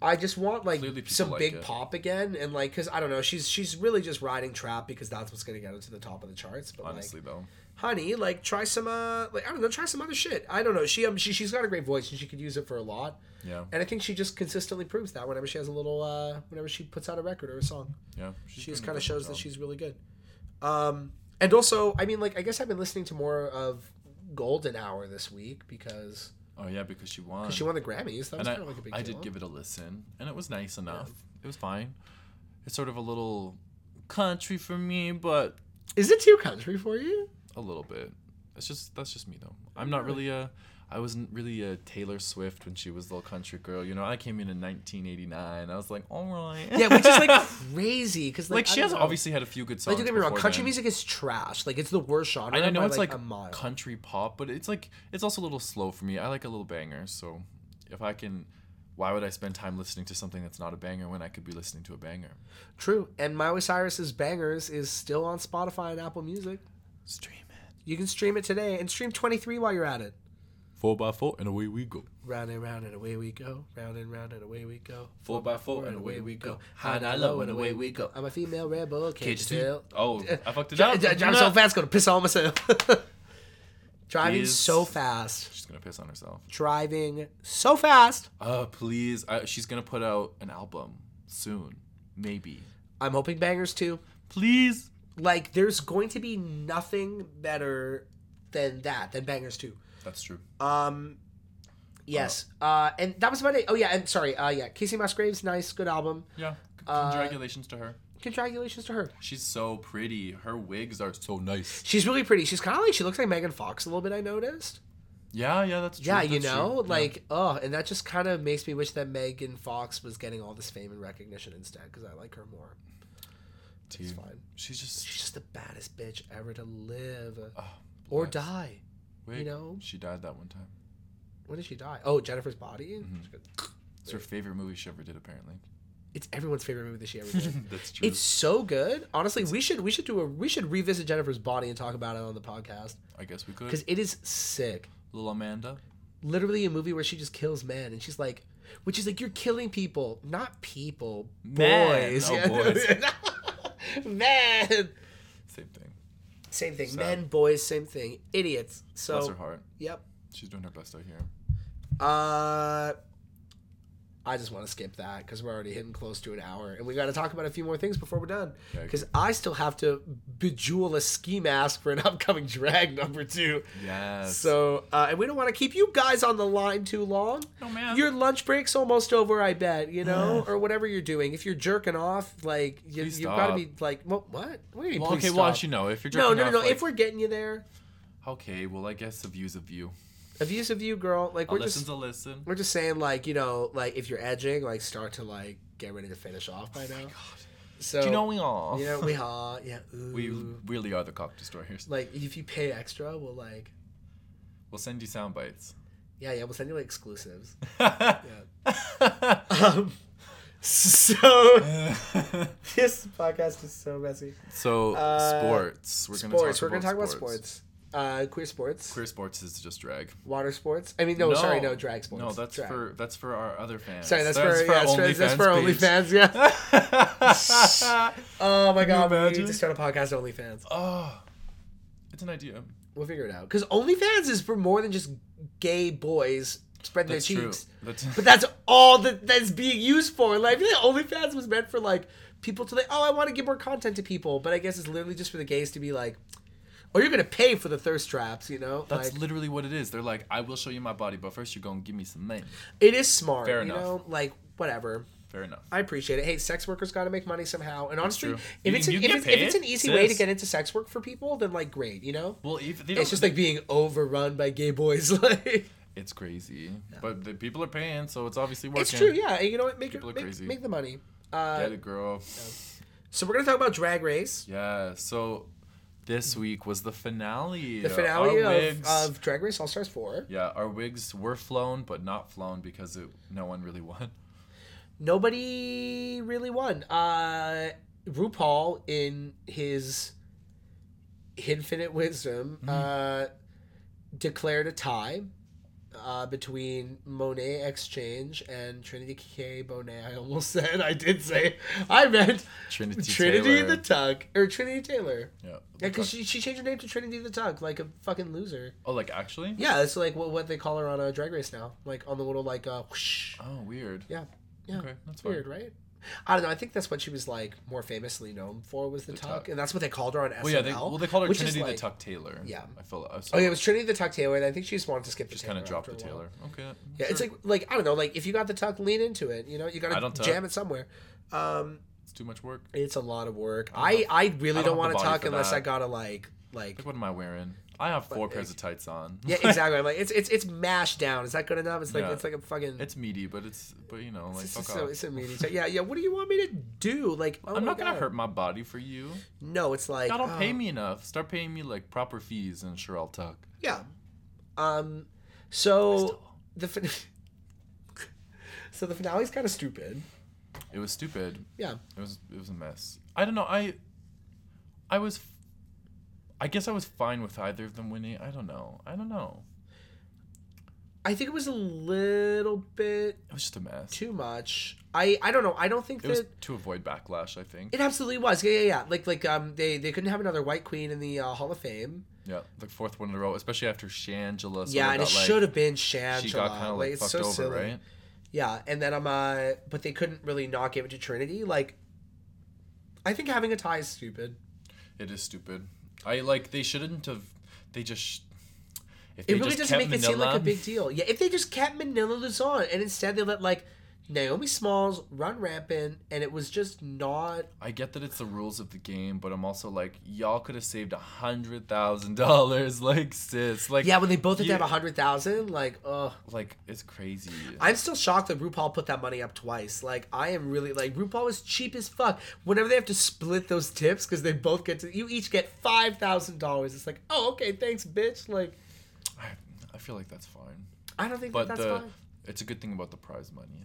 Speaker 2: I just want like
Speaker 1: Clearly people
Speaker 2: some
Speaker 1: like
Speaker 2: big
Speaker 1: it.
Speaker 2: pop again, and like because I don't know, she's she's really just riding trap because that's what's gonna get her to the top of the charts. But
Speaker 1: honestly
Speaker 2: like,
Speaker 1: though,
Speaker 2: honey, like try some uh, like I don't know, try some other shit. I don't know. She um she she's got a great voice and she could use it for a lot,
Speaker 1: yeah,
Speaker 2: and I think she just consistently proves that whenever she has a little uh, whenever she puts out a record or a song
Speaker 1: yeah,
Speaker 2: she just
Speaker 1: doing a
Speaker 2: kind of
Speaker 1: good
Speaker 2: shows that
Speaker 1: job.
Speaker 2: she's really good. Um, and also, I mean, like, I guess I've been listening to more of Golden Hour this week because
Speaker 1: Oh yeah, because she won.
Speaker 2: 'cause she won the Grammys. That
Speaker 1: and
Speaker 2: was
Speaker 1: I,
Speaker 2: kind of like a big
Speaker 1: I
Speaker 2: deal.
Speaker 1: did give it a listen, and it was nice enough. It was fine. It's sort of a little country for me, but
Speaker 2: Is it too country for you?
Speaker 1: a little bit. It's just that's just me though. I'm not really a. I wasn't really a Taylor Swift when she was a little country girl. You know, I came in in 1989. I was like, all right.
Speaker 2: Yeah, which is *laughs* like crazy because
Speaker 1: *laughs*
Speaker 2: like,
Speaker 1: like
Speaker 2: I
Speaker 1: she
Speaker 2: don't
Speaker 1: has
Speaker 2: know.
Speaker 1: obviously had a few good songs.
Speaker 2: Like, don't get me wrong,
Speaker 1: before
Speaker 2: country
Speaker 1: then.
Speaker 2: music is trash. Like, it's the worst genre.
Speaker 1: And I know
Speaker 2: by,
Speaker 1: it's like,
Speaker 2: a mile.
Speaker 1: country pop, but it's like it's also a little slow for me. I like a little banger, so if I can, why would I spend time listening to something that's not a banger when I could be listening to a banger?
Speaker 2: True, and Miley Cyrus's "Bangers" is still on Spotify and Apple Music.
Speaker 1: Stream it.
Speaker 2: You can stream it today and stream 23 while you're at it.
Speaker 1: Four by four and away we go.
Speaker 2: Round and round and away we go. Round and round and away we go.
Speaker 1: Four by four and away we go. High and low and away we go.
Speaker 2: I'm a female rebel. Can't you tell?
Speaker 1: Oh,
Speaker 2: *laughs*
Speaker 1: I fucked it
Speaker 2: Dri-
Speaker 1: up.
Speaker 2: dri- Driving so fast, gonna piss all myself. *laughs* Driving
Speaker 1: Is-
Speaker 2: so fast.
Speaker 1: She's gonna piss on herself.
Speaker 2: Driving so fast.
Speaker 1: Uh, please. I, she's gonna put out an album soon, maybe.
Speaker 2: I'm hoping bangers too.
Speaker 3: Please.
Speaker 2: Like there's going to be nothing better than that than bangers too.
Speaker 1: That's true.
Speaker 2: Um, yes. Uh, and that was about it. Oh yeah, and sorry. Uh, yeah, Casey Musgraves, nice, good album.
Speaker 1: Yeah. c-
Speaker 2: Uh,
Speaker 1: Congratulations to her.
Speaker 2: Congratulations to her.
Speaker 1: She's so pretty. Her wigs are so nice.
Speaker 2: She's really pretty. She's kind of like she looks like Megan Fox a little bit. I noticed.
Speaker 1: Yeah, yeah, that's true.
Speaker 2: yeah, you
Speaker 1: that's true.
Speaker 2: know,
Speaker 1: Yeah.
Speaker 2: like oh, and that just kind of makes me wish that Megan Fox was getting all this fame and recognition instead because I like her more.
Speaker 1: Dude,
Speaker 2: It's fine.
Speaker 1: She's
Speaker 2: She's
Speaker 1: just
Speaker 2: just the baddest bitch ever to live
Speaker 1: oh,
Speaker 2: or
Speaker 1: bless.
Speaker 2: die.
Speaker 1: Wait,
Speaker 2: know?
Speaker 1: she died that one time.
Speaker 2: When did she die? Oh, Jennifer's Body.
Speaker 1: Mm-hmm. It's her favorite movie she ever did,
Speaker 2: *laughs*
Speaker 1: apparently.
Speaker 2: It's everyone's favorite movie this year.
Speaker 1: *laughs*
Speaker 2: Every day.
Speaker 1: that's true.
Speaker 2: It's so good. Honestly, we should we should do a we should revisit Jennifer's body and talk about it on the podcast
Speaker 1: I guess we
Speaker 2: because
Speaker 1: could.
Speaker 2: it is sick.
Speaker 1: Little Amanda.
Speaker 2: Literally a movie where she just kills men and she's like, which is like you're killing people, not people,
Speaker 1: Men.
Speaker 2: boys, *laughs*
Speaker 1: Oh,
Speaker 2: boys, *laughs* men.
Speaker 1: Same thing.
Speaker 2: Same thing,
Speaker 1: So-
Speaker 2: men, boys, same thing, idiots.
Speaker 1: Bless her
Speaker 2: So
Speaker 1: heart.
Speaker 2: yep.
Speaker 1: She's doing her best out here.
Speaker 2: Uh, I just want to skip that because we're already hitting close to an hour, and we got to talk about a few more things before we're done.
Speaker 1: Yeah, I
Speaker 2: Because I still have to bejewel a ski mask for an upcoming *laughs* drag number two.
Speaker 1: Yes.
Speaker 2: So, uh, and we don't want to keep you guys on the line too long.
Speaker 1: no Oh, man.
Speaker 2: Your lunch break's almost over, I bet. You
Speaker 1: *sighs*
Speaker 2: know, or whatever you're doing. If you're jerking off, like you,
Speaker 1: Please
Speaker 2: you've got to
Speaker 1: stop.
Speaker 2: be like, well, what? What do you mean?
Speaker 1: well,
Speaker 2: please
Speaker 1: okay, well,
Speaker 2: stop?
Speaker 1: you know, if you're
Speaker 2: no,
Speaker 1: jerking
Speaker 2: no, no,
Speaker 1: off,
Speaker 2: no.
Speaker 1: like-
Speaker 2: If we're getting you there,
Speaker 1: okay, well, I guess a view's a view.
Speaker 2: a view's a view, girl. Like
Speaker 1: A
Speaker 2: we're just
Speaker 1: listen's a listen.
Speaker 2: We're just saying, like, you know, like if you're edging, like start to like get ready to finish off by now. So
Speaker 1: Oh Do you know we all?
Speaker 2: you
Speaker 1: *laughs*
Speaker 2: know, we ha, yeah, ooh.
Speaker 1: we really are the cock destroyers.
Speaker 2: like if you pay extra, we'll like,
Speaker 1: We'll send you sound bites.
Speaker 2: yeah, yeah, we'll send you
Speaker 1: *laughs*
Speaker 2: like exclusives. *laughs*
Speaker 1: so
Speaker 2: Um, so *laughs* this podcast is so messy. Uh,
Speaker 1: sports. We're gonna
Speaker 2: sports.
Speaker 1: Talk
Speaker 2: We're gonna
Speaker 1: about
Speaker 2: talk about sports. Uh, queer sports,
Speaker 1: Queer sports is just drag.
Speaker 2: water sports. I mean, no, sorry, no, drag sports.
Speaker 1: No, that's
Speaker 2: Drag.
Speaker 1: for that's for our other fans.
Speaker 2: Sorry, that's, for, yeah, that's, for that's for
Speaker 1: page.
Speaker 2: OnlyFans. Yeah.
Speaker 1: *laughs*
Speaker 2: *laughs* Oh my
Speaker 1: you
Speaker 2: god, we need
Speaker 1: imagine?
Speaker 2: to start a podcast on OnlyFans.
Speaker 1: oh, it's an idea.
Speaker 2: We'll figure it out. Because OnlyFans is for more than just gay boys spreading
Speaker 1: That's
Speaker 2: their
Speaker 1: true.
Speaker 2: cheeks. *laughs*
Speaker 1: That's *laughs*
Speaker 2: But that's all that that's being used for. Like, yeah, OnlyFans was meant for like people to like, oh, I want to give more content to people. But I guess it's literally just for the gays to be like, oh, you're gonna pay for the thirst traps, you know?
Speaker 1: that's
Speaker 2: like,
Speaker 1: literally what it is. They're like, I will show you my body, but first you're gonna give me some money.
Speaker 2: it is smart.
Speaker 1: Fair
Speaker 2: you
Speaker 1: enough.
Speaker 2: know, like whatever.
Speaker 1: Fair enough.
Speaker 2: I appreciate it. Hey, sex workers got to make money somehow. And honestly,
Speaker 1: true.
Speaker 2: if
Speaker 1: You-
Speaker 2: it's an,
Speaker 1: you
Speaker 2: if
Speaker 1: get
Speaker 2: it's, if it's
Speaker 1: paid,
Speaker 2: an easy way to
Speaker 1: sis.
Speaker 2: get into sex work for people, then like great, you know.
Speaker 1: Well, if they don't,
Speaker 2: It's just like being overrun by gay boys. *laughs* Like
Speaker 1: it's crazy, but the people are paying, so it's obviously working.
Speaker 2: It's true, yeah. And you know what? Make,
Speaker 1: People are
Speaker 2: make,
Speaker 1: crazy.
Speaker 2: make the money. Uh,
Speaker 1: Get it, girl.
Speaker 2: so we're gonna talk about Drag Race,
Speaker 1: Yeah. So this week was the finale.
Speaker 2: the finale
Speaker 1: Our
Speaker 2: of,
Speaker 1: wigs-
Speaker 2: of Drag Race All Stars Four.
Speaker 1: yeah, our wigs were flown, but not flown because it, no one really *laughs* won.
Speaker 2: Nobody really won. Uh, RuPaul, in his infinite wisdom,
Speaker 1: Mhm.
Speaker 2: uh, declared a tie uh, between Monet Exchange and Trinity K Bonet. I almost *laughs* said I did say I meant
Speaker 1: Trinity.
Speaker 2: Trinity
Speaker 1: Taylor.
Speaker 2: the Tug or Trinity Taylor.
Speaker 1: yeah.
Speaker 2: Yeah, because she, she changed her name to Trinity the Tug, like a fucking loser.
Speaker 1: oh, like actually?
Speaker 2: Yeah, it's like what, what they call her on a drag race now, like on the little like uh, whoosh.
Speaker 1: Oh, weird.
Speaker 2: Yeah, yeah,
Speaker 1: Okay, that's fine.
Speaker 2: weird, right? I don't know. I think that's what she was like more famously known for was the, tuck,
Speaker 1: Tuck.
Speaker 2: and that's what they called her on SNL.
Speaker 1: Well, yeah. They, well, they called her
Speaker 2: which is,
Speaker 1: Trinity the
Speaker 2: like-
Speaker 1: Tuck Taylor.
Speaker 2: yeah.
Speaker 1: I feel. I saw,
Speaker 2: Oh yeah, it was Trinity the Tuck Taylor, and I think she just wanted to skip the
Speaker 1: just kind of
Speaker 2: Taylor
Speaker 1: dropped the
Speaker 2: after a while.
Speaker 1: Taylor. Okay.
Speaker 2: Yeah, it's
Speaker 1: sure.
Speaker 2: like like I don't know, like if you got the tuck, lean into it. You know, you
Speaker 1: I
Speaker 2: gotta
Speaker 1: don't tuck.
Speaker 2: jam it somewhere. Um,
Speaker 1: it's too much work.
Speaker 2: it's a lot of work. I I really
Speaker 1: I don't
Speaker 2: don't,
Speaker 1: have
Speaker 2: want
Speaker 1: the
Speaker 2: to
Speaker 1: body
Speaker 2: tuck
Speaker 1: for
Speaker 2: unless
Speaker 1: that.
Speaker 2: I gotta like
Speaker 1: *laughs*
Speaker 2: like
Speaker 1: Like, what am I wearing? I have four
Speaker 2: But,
Speaker 1: pairs of tights on. *laughs*
Speaker 2: Yeah, exactly. I'm like, it's it's it's mashed down. Is that good enough? It's like
Speaker 1: Yeah.
Speaker 2: it's like a fucking. It's,
Speaker 1: it's meaty, but it's but you know like
Speaker 2: it's,
Speaker 1: fuck
Speaker 2: just so,
Speaker 1: off.
Speaker 2: it's a meaty. So, yeah, yeah. What do you want me to do? Like, oh
Speaker 1: I'm
Speaker 2: my
Speaker 1: not gonna
Speaker 2: God.
Speaker 1: hurt my body for you.
Speaker 2: No, it's like
Speaker 1: Y'all don't pay
Speaker 2: oh,
Speaker 1: me enough. Start paying me like proper fees, and sure I'll tuck.
Speaker 2: Yeah. Um. So the fin- *laughs* so the finale's kind of stupid.
Speaker 1: It was stupid.
Speaker 2: Yeah.
Speaker 1: It was it was a mess. I don't know. I I was I guess I was fine with either of them winning. I don't know. I don't know.
Speaker 2: I think it was a little bit
Speaker 1: It was just a mess.
Speaker 2: too much. I I don't know. I don't think
Speaker 1: It
Speaker 2: that.
Speaker 1: was to avoid backlash, I think.
Speaker 2: it absolutely was. Yeah, yeah, yeah. Like, like, um, they they couldn't have another white queen in the uh, Hall of Fame.
Speaker 1: Yeah, the fourth one in a row, especially after Shangela.
Speaker 2: yeah, and it should have been Shangela.
Speaker 1: She got kind of like,
Speaker 2: it's
Speaker 1: fucked
Speaker 2: so
Speaker 1: over,
Speaker 2: silly.
Speaker 1: right?
Speaker 2: um, Yeah, and then I'm uh, but they couldn't really not give it to Trinity. Like, I think having a tie is stupid.
Speaker 1: It is stupid. I like they shouldn't have. They just. sh- If
Speaker 2: It
Speaker 1: they
Speaker 2: really
Speaker 1: just
Speaker 2: doesn't
Speaker 1: kept
Speaker 2: make it seem like a
Speaker 1: Manila-
Speaker 2: big deal. Yeah, if they just kept Manila Luzon and instead they let like Naomi Smalls run rampant, and it was just not.
Speaker 1: I get that it's the rules of the game, but I'm also like, y'all could have saved a hundred thousand dollars, *laughs* like sis, like
Speaker 2: Yeah, when they both had
Speaker 1: you-
Speaker 2: to have a hundred thousand, like, ugh.
Speaker 1: like it's crazy.
Speaker 2: I'm still shocked that RuPaul put that money up twice. Like, I am really like RuPaul is cheap as fuck. Whenever they have to split those tips because they both get to, you each get five thousand dollars. It's like, oh, okay, thanks, bitch. Like,
Speaker 1: I, I feel like that's fine,
Speaker 2: I don't think
Speaker 1: but
Speaker 2: that that's
Speaker 1: the
Speaker 2: fine.
Speaker 1: it's a good thing about the prize money.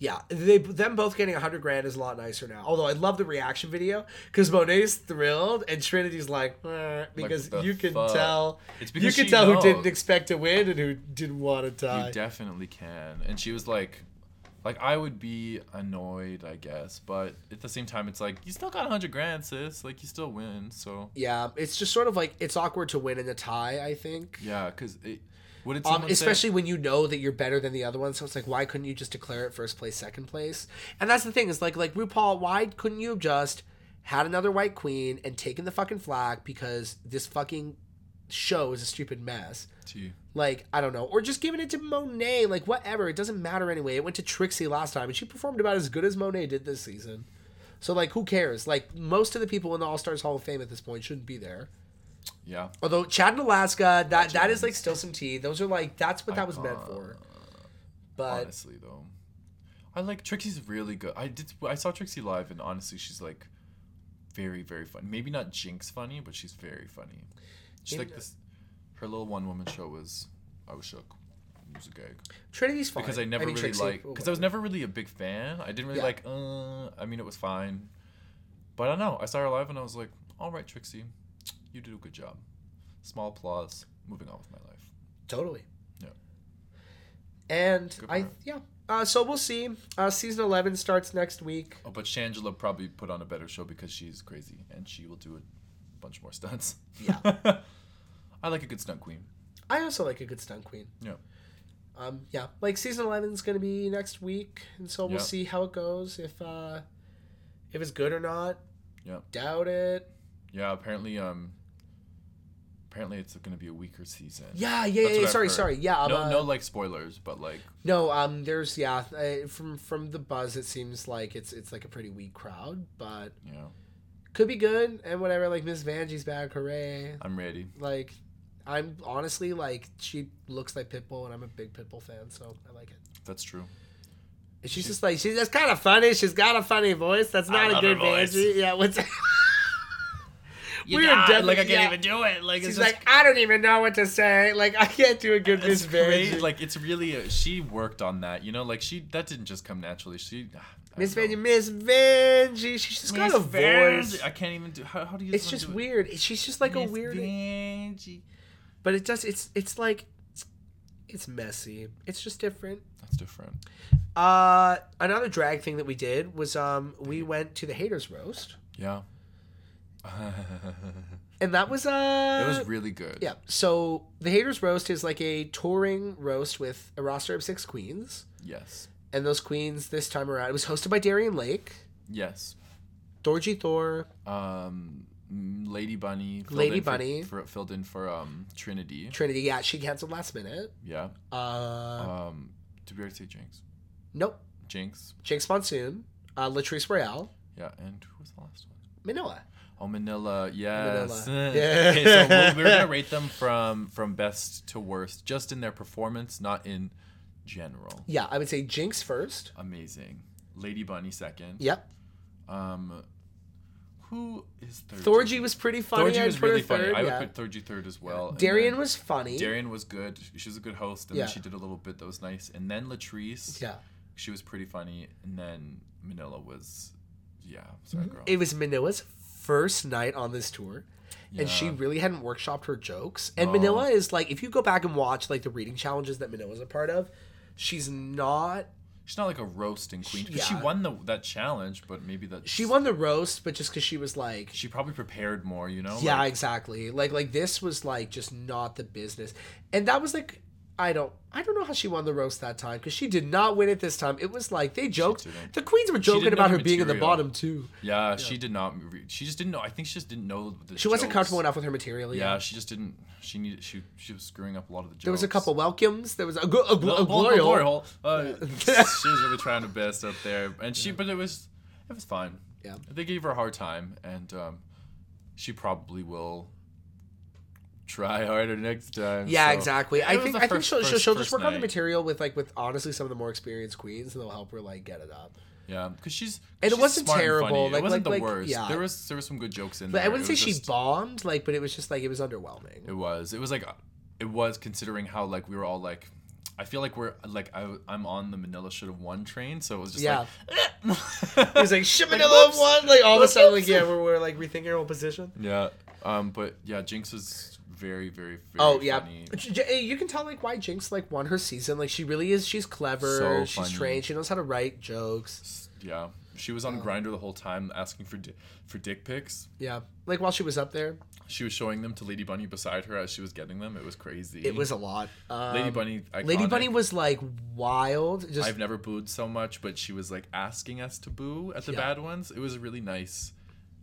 Speaker 2: Yeah, they them both getting hundred grand is a lot nicer now. Although I love the reaction video because Monet's thrilled and Trinity's like "Eh," because
Speaker 1: the
Speaker 2: you can
Speaker 1: fuck?
Speaker 2: tell
Speaker 1: It's
Speaker 2: you
Speaker 1: because
Speaker 2: can
Speaker 1: she
Speaker 2: tell who
Speaker 1: knows.
Speaker 2: didn't expect to win and who didn't want to
Speaker 1: you
Speaker 2: die.
Speaker 1: definitely can, and she was like, like I would be annoyed, I guess, but at the same time, it's like you still got a hundred grand, sis, like you still win, so
Speaker 2: yeah, it's just sort of like it's awkward to win in a tie. I think.
Speaker 1: yeah, because it. What did
Speaker 2: Um,
Speaker 1: someone say?
Speaker 2: especially when you know that you're better than the other one, so it's like, why couldn't you just declare it first place, second place? And that's the thing is like, like RuPaul, why couldn't you have just had another white queen and taken the fucking flag because this fucking show is a stupid mess?
Speaker 1: Gee.
Speaker 2: Like, I don't know. Or just giving it to Monet. Like, whatever. It doesn't matter anyway. It went to Trixie last time, and she performed about as good as Monet did this season. So, like, who cares? Like, most of the people in the All Stars Hall of Fame at this point shouldn't be there.
Speaker 1: Yeah.
Speaker 2: Although, Chad and Alaska, that, that is, like, still some tea. Those are, like, that's what that was meant for. But,
Speaker 1: honestly though i like trixie's really good i did i saw trixie live and honestly she's like very very funny maybe not jinx funny but she's very funny she's
Speaker 2: Maybe
Speaker 1: like this her little one woman show was i was shook it was a gag
Speaker 2: Trinity's fine.
Speaker 1: because i never
Speaker 2: mean,
Speaker 1: really
Speaker 2: Trixie,
Speaker 1: like because i was
Speaker 2: whatever.
Speaker 1: never really a big fan i didn't really
Speaker 2: Yeah.
Speaker 1: like uh i mean it was fine but i don't know i saw her live and i was like all right trixie you did a good job small applause moving on with my life
Speaker 2: Totally.
Speaker 1: Yeah.
Speaker 2: And,
Speaker 1: Good
Speaker 2: I,
Speaker 1: point.
Speaker 2: yeah. Uh, so, we'll see. Uh, season 11 starts next week.
Speaker 1: Oh, but Shangela probably put on a better show because she's crazy and she will do a bunch more stunts. Yeah. *laughs* I like a good stunt queen.
Speaker 2: I also like a good stunt queen.
Speaker 1: Yeah.
Speaker 2: um yeah like season 11 is going to be next week and so we'll
Speaker 1: Yeah.
Speaker 2: see how it goes if uh if it's good or not
Speaker 1: Yeah.
Speaker 2: doubt it
Speaker 1: Yeah, apparently um apparently it's going to be a weaker season.
Speaker 2: yeah yeah,
Speaker 1: That's
Speaker 2: yeah,
Speaker 1: what I've
Speaker 2: sorry
Speaker 1: heard.
Speaker 2: sorry yeah um,
Speaker 1: no
Speaker 2: uh,
Speaker 1: no like spoilers, but like
Speaker 2: no um there's yeah uh, from from the buzz it seems like it's it's like a pretty weak crowd but
Speaker 1: you know,
Speaker 2: could be good and whatever like miss vanjie's back hooray
Speaker 1: I'm ready.
Speaker 2: like i'm honestly like she looks like pitbull and i'm a big pitbull fan so i like it
Speaker 1: That's true.
Speaker 2: And she's just like she's that's kind of funny. She's got a funny voice. That's
Speaker 1: I
Speaker 2: not a
Speaker 1: love
Speaker 2: good
Speaker 1: her voice.
Speaker 2: Vanjie. Yeah, what's
Speaker 3: You
Speaker 2: We are
Speaker 3: died,
Speaker 2: definitely-
Speaker 3: like I can't
Speaker 2: yeah.
Speaker 3: even do it. Like it's
Speaker 2: She's
Speaker 3: just
Speaker 2: like, I don't even know what to say. Like, I can't do a good Miss
Speaker 1: It's great.
Speaker 2: Vanjie.
Speaker 1: Like it's really a, she worked on that, you know? Like she that didn't just come naturally. She ah, I
Speaker 2: Miss
Speaker 1: don't know.
Speaker 2: Vanjie, Miss Vanjie. She's just got a
Speaker 1: Miss Vanjie.
Speaker 2: voice.
Speaker 1: I can't even do how, how do you
Speaker 2: It's
Speaker 1: even
Speaker 2: just
Speaker 1: do it?
Speaker 2: weird. She's just like a
Speaker 1: Miss
Speaker 2: weird.
Speaker 1: Vanjie.
Speaker 2: But it does. It's it's like, it's messy. It's just different.
Speaker 1: That's different.
Speaker 2: Uh, another drag thing that we did was um we went to the Haters Roast,
Speaker 1: Yeah. *laughs*
Speaker 2: and that was uh
Speaker 1: it was really good.
Speaker 2: Yeah. So the Haters Roast is like a touring roast with a roster of six queens.
Speaker 1: Yes.
Speaker 2: And those queens this time around, it was hosted by Darian Lake,
Speaker 1: Yes.
Speaker 2: Dorji Thor.
Speaker 1: Um, mm, Lady Bunny. filled
Speaker 2: Lady
Speaker 1: in for-
Speaker 2: Bunny.
Speaker 1: For, filled in for um Trinity.
Speaker 2: Trinity, yeah, she canceled last minute.
Speaker 1: Yeah.
Speaker 2: Uh,
Speaker 1: Um, did we already say Jinx?
Speaker 2: nope.
Speaker 1: Jinx.
Speaker 2: Jinx Monsoon, uh, Latrice Royale,
Speaker 1: Yeah. And who was the last one?
Speaker 2: Manoa.
Speaker 1: Oh, Manila. Yes. *laughs*
Speaker 2: Manila.
Speaker 1: okay, so we're, we're gonna rate them from from best to worst, just in their performance, not in general.
Speaker 2: Yeah, I would say Jinx first.
Speaker 1: Amazing. Lady Bunny second.
Speaker 2: Yep.
Speaker 1: Um, who is third?
Speaker 2: Thorgy was pretty funny.
Speaker 1: Thorgy
Speaker 2: I'd
Speaker 1: was
Speaker 2: put her
Speaker 1: really funny.
Speaker 2: third,
Speaker 1: I would
Speaker 2: yeah.
Speaker 1: put Thorgy third as well. and
Speaker 2: Darian
Speaker 1: then-
Speaker 2: was funny.
Speaker 1: Darian was good. She was a good host, and
Speaker 2: Yeah.
Speaker 1: then she did a little bit that was nice. And then Latrice,
Speaker 2: Yeah.
Speaker 1: she was pretty funny. And then Manila was, yeah, sorry girl.
Speaker 2: Mm-hmm. It was Manoa's first night on this tour. And she
Speaker 1: Yeah.
Speaker 2: really hadn't workshopped her jokes. And
Speaker 1: No.
Speaker 2: Manila is like, if you go back and watch like the reading challenges that Manoa's a part of, she's not
Speaker 1: She's not like a roasting queen. 'cause She
Speaker 2: yeah.
Speaker 1: won the that challenge, but maybe that
Speaker 2: she won the roast, but just because she was like,
Speaker 1: She probably prepared more, you know.
Speaker 2: yeah,
Speaker 1: Oh, Like,
Speaker 2: exactly. Like like this was like just not the business, and that was like I don't I don't know how she won the roast that time because she did not win it this time. It was like they joked.
Speaker 1: didn't.
Speaker 2: The queens were joking
Speaker 1: didn't know
Speaker 2: about
Speaker 1: the
Speaker 2: her being in the
Speaker 1: material.
Speaker 2: bottom too.
Speaker 1: Yeah, she did not. Re- she just didn't know. I think she just didn't know the.
Speaker 2: She wasn't
Speaker 1: jokes.
Speaker 2: comfortable enough with her material.
Speaker 1: Yeah,
Speaker 2: Yeah.
Speaker 1: she just didn't. She needed. She she was screwing up a lot of the jokes.
Speaker 2: There was a couple welcomes. There was a, gl- a, gl-
Speaker 1: No,
Speaker 2: a
Speaker 1: well,
Speaker 2: glory
Speaker 1: well,
Speaker 2: hole.
Speaker 1: hole. Uh, *laughs* she was really trying her best up there, and she. But it was, it was fine.
Speaker 2: Yeah.
Speaker 1: They gave her a hard time, and um, she probably will try harder next time.
Speaker 2: Yeah,
Speaker 1: so-
Speaker 2: exactly.
Speaker 1: It
Speaker 2: I
Speaker 1: was
Speaker 2: think
Speaker 1: the
Speaker 2: I think
Speaker 1: first-
Speaker 2: she'll, she'll,
Speaker 1: first-
Speaker 2: she'll just
Speaker 1: first
Speaker 2: work on the
Speaker 1: night.
Speaker 2: material with like with honestly some of the more experienced queens, and they'll help her like get it up.
Speaker 1: Yeah, because she's.
Speaker 2: And it
Speaker 1: she's
Speaker 2: wasn't
Speaker 1: smart and
Speaker 2: terrible,
Speaker 1: funny.
Speaker 2: like-
Speaker 1: it wasn't
Speaker 2: like-
Speaker 1: the
Speaker 2: like,
Speaker 1: worst.
Speaker 2: yeah.
Speaker 1: There was there was some good jokes in
Speaker 2: But
Speaker 1: there.
Speaker 2: I wouldn't
Speaker 1: It
Speaker 2: say
Speaker 1: was
Speaker 2: she
Speaker 1: just-
Speaker 2: bombed, like, but it was just like it was underwhelming.
Speaker 1: It was. It was like, it was considering how like we were all like, I feel like we're like I I'm on the Manila should have won train, so it was just
Speaker 2: yeah,
Speaker 1: *laughs* like.
Speaker 2: it was
Speaker 1: *laughs*
Speaker 2: like shipment of one. Like all of a sudden, like
Speaker 1: whoops.
Speaker 2: yeah, we're, we're like rethinking our whole position.
Speaker 1: yeah. Um. But yeah, Jinx was very very very.
Speaker 2: Oh yeah,
Speaker 1: funny.
Speaker 2: J- J- you can tell like why Jinx like won her season. Like she really is. She's clever.
Speaker 1: So
Speaker 2: she's
Speaker 1: funny.
Speaker 2: trained. She knows how to write jokes.
Speaker 1: S- Yeah. She was on Grinder the whole time asking for di- for dick pics.
Speaker 2: Yeah, like while she was up there,
Speaker 1: She was showing them to Lady Bunny beside her as she was getting them. It was crazy.
Speaker 2: it was a lot. Um,
Speaker 1: Lady Bunny. Iconic.
Speaker 2: Lady Bunny was like wild. Just
Speaker 1: I've never booed so much, but she was like asking us to boo at the
Speaker 2: Yeah.
Speaker 1: bad ones. It was really nice.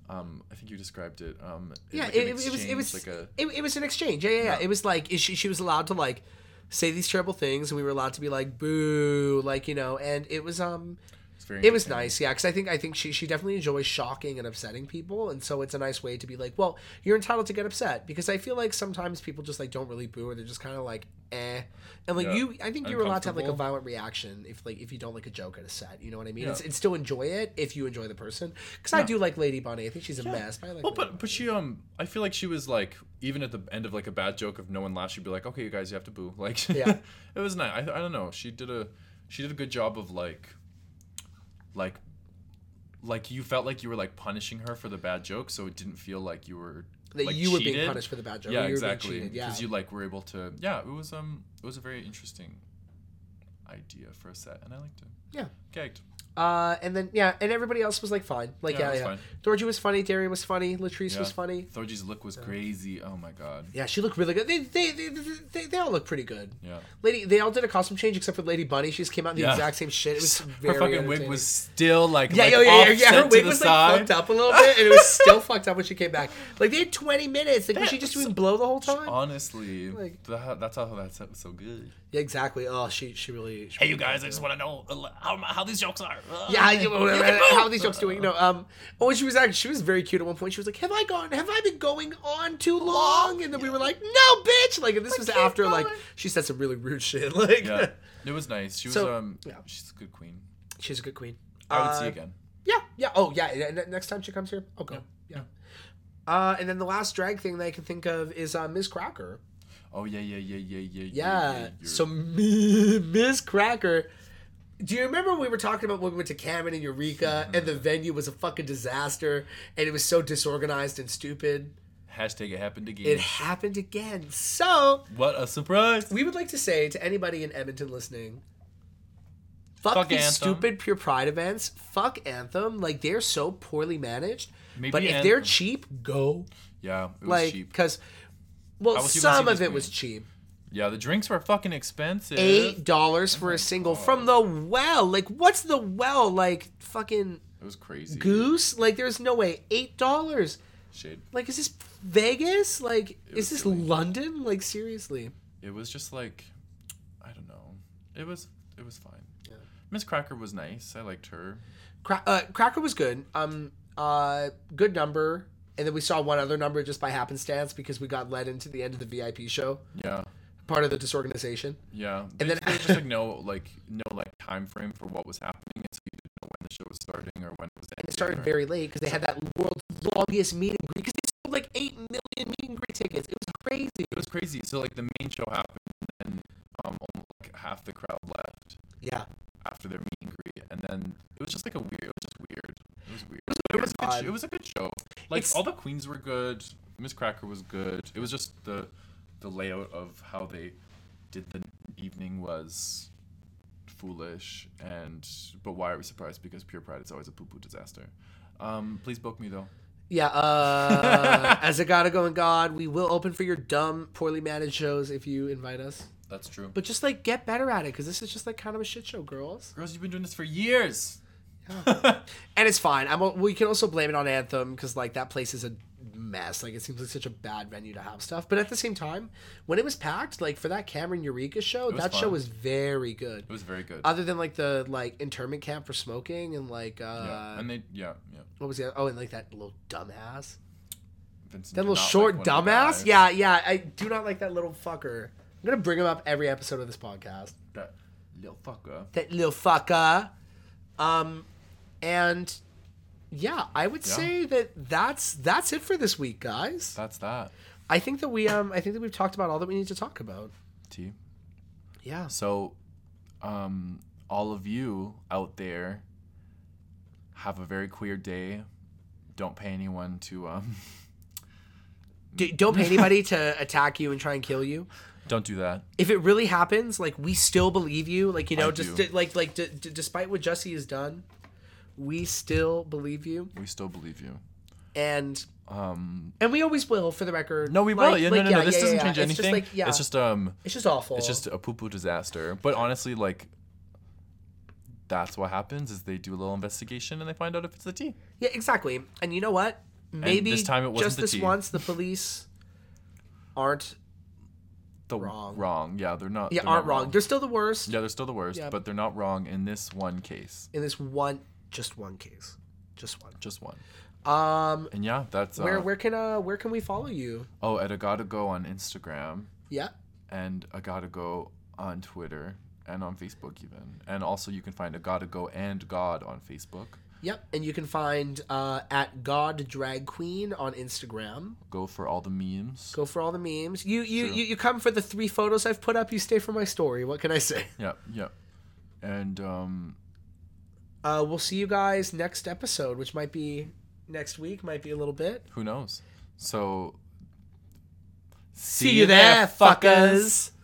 Speaker 1: Um, I think you described it. Um,
Speaker 2: yeah,
Speaker 1: like an
Speaker 2: it, it was it
Speaker 1: exchange,
Speaker 2: was
Speaker 1: like a
Speaker 2: it, it was an exchange. Yeah, yeah, yeah. It was like it- she she was allowed to like say these terrible things, and we were allowed to be like boo, like you know. And it was um
Speaker 1: it's very
Speaker 2: it was
Speaker 1: entertaining.
Speaker 2: nice, yeah, because I think I think she she definitely enjoys shocking and upsetting people, and so it's a nice way to be like, well, you're entitled to get upset because I feel like sometimes people just like don't really boo or they're just kind of like eh, and like
Speaker 1: Yeah.
Speaker 2: you, I think you're allowed to have like a
Speaker 1: Uncomfortable.
Speaker 2: violent reaction if like if you don't like a joke at a set, you know what I mean?
Speaker 1: Yeah.
Speaker 2: It's, and still enjoy it if you enjoy the person, because I do like Lady Bunny. I think she's a mess. But I like
Speaker 1: Well,
Speaker 2: Lady
Speaker 1: but but she um, I feel like she was like even at the end of like a bad joke of no one laughs, she'd be like, okay, you guys, you have to boo. *laughs* Like,
Speaker 2: Yeah.
Speaker 1: it was nice. I, I don't know. She did a she did a good job of like, like, like you felt like you were like punishing her for the bad joke, so it didn't feel like you were
Speaker 2: that
Speaker 1: like,
Speaker 2: you were being
Speaker 1: cheated.
Speaker 2: punished for the bad joke.
Speaker 1: yeah,
Speaker 2: you were
Speaker 1: exactly.
Speaker 2: Being cheated. Yeah,
Speaker 1: Because you like were able to. Yeah, it was um, it was a very interesting idea for a set, and I liked it.
Speaker 2: yeah.
Speaker 1: Gagged.
Speaker 2: Uh, and then yeah, and everybody else was like fine.
Speaker 1: Yeah,
Speaker 2: Like
Speaker 1: it
Speaker 2: yeah, yeah.
Speaker 1: was
Speaker 2: yeah.
Speaker 1: fine.
Speaker 2: Dorji was funny. Darian was funny. Latrice
Speaker 1: Yeah.
Speaker 2: was funny.
Speaker 1: Thorgy's look was crazy. Oh my god.
Speaker 2: Yeah, she looked really good. They they they, they, they, they all look pretty good.
Speaker 1: Yeah.
Speaker 2: Lady, they all did a costume change except for Lady Bunny. She just came out in the
Speaker 1: Yeah.
Speaker 2: exact same shit. It was
Speaker 1: *laughs*
Speaker 2: very.
Speaker 1: her fucking wig was
Speaker 2: entertaining.
Speaker 1: still like
Speaker 2: Yeah,
Speaker 1: like,
Speaker 2: yeah, yeah, yeah, yeah.
Speaker 1: offset
Speaker 2: Her
Speaker 1: to
Speaker 2: wig
Speaker 1: the
Speaker 2: was
Speaker 1: side.
Speaker 2: like fucked up a little bit, and
Speaker 1: *laughs*
Speaker 2: it was still fucked up when she came back. Like they had twenty minutes. Like was she just doing blow the whole time?
Speaker 1: Honestly,
Speaker 2: Like-
Speaker 1: that, that's how that set was so good.
Speaker 2: Yeah, exactly. Oh, she she really. She
Speaker 4: Hey, you guys, I just want to know uh, how, how these jokes are. Uh,
Speaker 2: Yeah, you, how are these jokes doing? No, um, oh, she was actually she was very cute at one point. She was like, "Have I gone? Have I been going on too long?" And then we were like, "No, bitch!" Like, and this was after like she said some really rude shit. *laughs* Like,
Speaker 1: Yeah, it was nice. She was
Speaker 2: So-
Speaker 1: um,
Speaker 2: yeah.
Speaker 1: she's a good queen.
Speaker 2: she's a good queen.
Speaker 1: I would see
Speaker 2: Uh,
Speaker 1: again.
Speaker 2: Yeah, yeah. Oh, yeah. and- and Next time she comes here, I'll go. Yeah. Uh, and then the last drag thing that I can think of is uh, Ms. Cracker.
Speaker 1: Oh yeah, yeah, yeah, yeah, yeah,
Speaker 2: Yeah.
Speaker 1: you're-
Speaker 2: So *laughs* M- Ms. Cracker. Do you remember we were talking about when we went to Cameron and Eureka
Speaker 1: Mm-hmm.
Speaker 2: and the venue was a fucking disaster and it was so disorganized and stupid?
Speaker 1: Mm-hmm. hashtag it happened again.
Speaker 2: It happened again. So
Speaker 1: what a surprise!
Speaker 2: we would like to say to anybody in Edmonton listening, fuck,
Speaker 1: Fuck
Speaker 2: these
Speaker 1: Anthem.
Speaker 2: stupid Pure Pride events. Fuck Anthem. Like they're so poorly managed.
Speaker 1: Maybe
Speaker 2: but if
Speaker 1: Anthem-
Speaker 2: they're cheap, go.
Speaker 1: Yeah, it was
Speaker 2: Like
Speaker 1: cheap.
Speaker 2: because well,
Speaker 1: I was even
Speaker 2: some
Speaker 1: seeing
Speaker 2: of
Speaker 1: this
Speaker 2: it was
Speaker 1: queen.
Speaker 2: cheap.
Speaker 1: Yeah, the drinks were fucking expensive.
Speaker 2: Eight dollars for a single from the well. Like what's the well? Like fucking
Speaker 1: It was crazy.
Speaker 2: goose? Like there's no way. Eight dollars.
Speaker 1: Shit.
Speaker 2: Like is this Vegas? Like
Speaker 1: was
Speaker 2: is this
Speaker 1: silly.
Speaker 2: London? Like seriously.
Speaker 1: It was just like, I don't know. It was it was fine. Miss Cracker was nice. I liked her.
Speaker 2: Cra- uh, Cracker was good. Um, uh, good number. And then we saw one other number just by happenstance because we got led into the end of the VIP show,
Speaker 1: Yeah.
Speaker 2: part of the disorganization.
Speaker 1: Yeah, and
Speaker 2: then-
Speaker 1: then there was just like no *laughs* like no like time frame for what was happening, and so you didn't know when the show was starting or when it was ending.
Speaker 2: It started
Speaker 1: or-
Speaker 2: very late because they had that world's longest meet and greet because they sold like eight million meet and greet tickets. It was crazy.
Speaker 1: It was crazy. So like the main show happened, and then um almost, like half the crowd left
Speaker 2: Yeah,
Speaker 1: after their meet and greet, and then it was just like a weird. It was just weird. It was weird. It was, a good, sh-
Speaker 2: vibe.
Speaker 1: it was a good show. Like
Speaker 2: It's-
Speaker 1: all the queens were good. Miss Cracker was good. It was just the the layout of how they did the evening was foolish and but why are we surprised because pure pride is always a poo-poo disaster um please book me though *laughs*
Speaker 2: yeah. Uh, as a gotta go and God, we will open for your dumb, poorly managed shows if you invite us.
Speaker 1: That's true.
Speaker 2: But just like get better at it because this is just like kind of a shit show, girls.
Speaker 1: Girls, you've been doing this for years. *laughs*
Speaker 2: And it's fine. I'm. a- We can also blame it on Anthem because like that place is a mess. Like it seems like such a bad venue to have stuff. But at the same time, when it was packed, like for that Cameron Eureka show,
Speaker 1: was
Speaker 2: that show
Speaker 1: fun.
Speaker 2: was very good.
Speaker 1: It was very good.
Speaker 2: Other than like the like internment camp for smoking and like uh
Speaker 1: yeah. And they, yeah, yeah.
Speaker 2: what was the other? oh and like that little dumbass
Speaker 1: Vincent did
Speaker 2: that little
Speaker 1: not
Speaker 2: short
Speaker 1: like one of the
Speaker 2: dumbass
Speaker 1: guys.
Speaker 2: yeah yeah I do not like that little fucker. I'm gonna bring him up every episode of this podcast.
Speaker 1: That little fucker.
Speaker 2: that little fucker. Um, and yeah, I would
Speaker 1: Yeah.
Speaker 2: say that that's that's it for this week, guys.
Speaker 1: That's that.
Speaker 2: I think that we um I think that we've talked about all that we need to talk about.
Speaker 1: T.
Speaker 2: Yeah.
Speaker 1: So, um, all of you out there, have a very queer day. Don't pay anyone to um. *laughs*
Speaker 2: D- don't pay anybody to attack you and try and kill you.
Speaker 1: Don't do that.
Speaker 2: If it really happens, like we still believe you. Like you know,
Speaker 1: I
Speaker 2: just
Speaker 1: do.
Speaker 2: like like d- d- despite what Jesse has done, we still believe you,
Speaker 1: We still believe you.
Speaker 2: and
Speaker 1: Um,
Speaker 2: and we always will. For the record,
Speaker 1: no, we will.
Speaker 2: Like-
Speaker 1: yeah, no,
Speaker 2: like,
Speaker 1: no,
Speaker 2: yeah,
Speaker 1: no. This
Speaker 2: yeah,
Speaker 1: doesn't
Speaker 2: yeah.
Speaker 1: change
Speaker 2: It's
Speaker 1: anything.
Speaker 2: Just like, yeah,
Speaker 1: It's just um,
Speaker 2: it's just awful.
Speaker 1: it's just a poo poo disaster. But honestly, like, that's what happens is they do a little investigation and they find out if it's the tea.
Speaker 2: Yeah, exactly. And you know what? Maybe
Speaker 1: this time it wasn't
Speaker 2: just
Speaker 1: the
Speaker 2: this
Speaker 1: tea.
Speaker 2: once the police aren't
Speaker 1: The
Speaker 2: Wrong.
Speaker 1: Wrong. Yeah, they're not.
Speaker 2: yeah
Speaker 1: they're
Speaker 2: aren't
Speaker 1: not
Speaker 2: wrong. They're still the worst
Speaker 1: Yeah, they're still the worst,
Speaker 2: Yeah.
Speaker 1: but they're not wrong in this one case.
Speaker 2: in this one just one case. Just one.
Speaker 1: Just one.
Speaker 2: Um
Speaker 1: And yeah, that's uh,
Speaker 2: where where can uh where can we follow you?
Speaker 1: Oh, at I gotta go on Instagram
Speaker 2: Yeah.
Speaker 1: and I gotta go on Twitter and on Facebook even. And also you can find I gotta go and God on Facebook.
Speaker 2: Yep. And you can find uh at God Drag Queen on Instagram.
Speaker 1: Go for all the memes.
Speaker 2: Go for all the memes. You you,
Speaker 1: True.
Speaker 2: you you come for the three photos I've put up, you stay for my story. What can I say?
Speaker 1: Yeah, yeah. And um
Speaker 2: Uh we'll see you guys next episode, which might be next week, might be a little bit.
Speaker 1: who knows? So
Speaker 2: See you there, fuckers.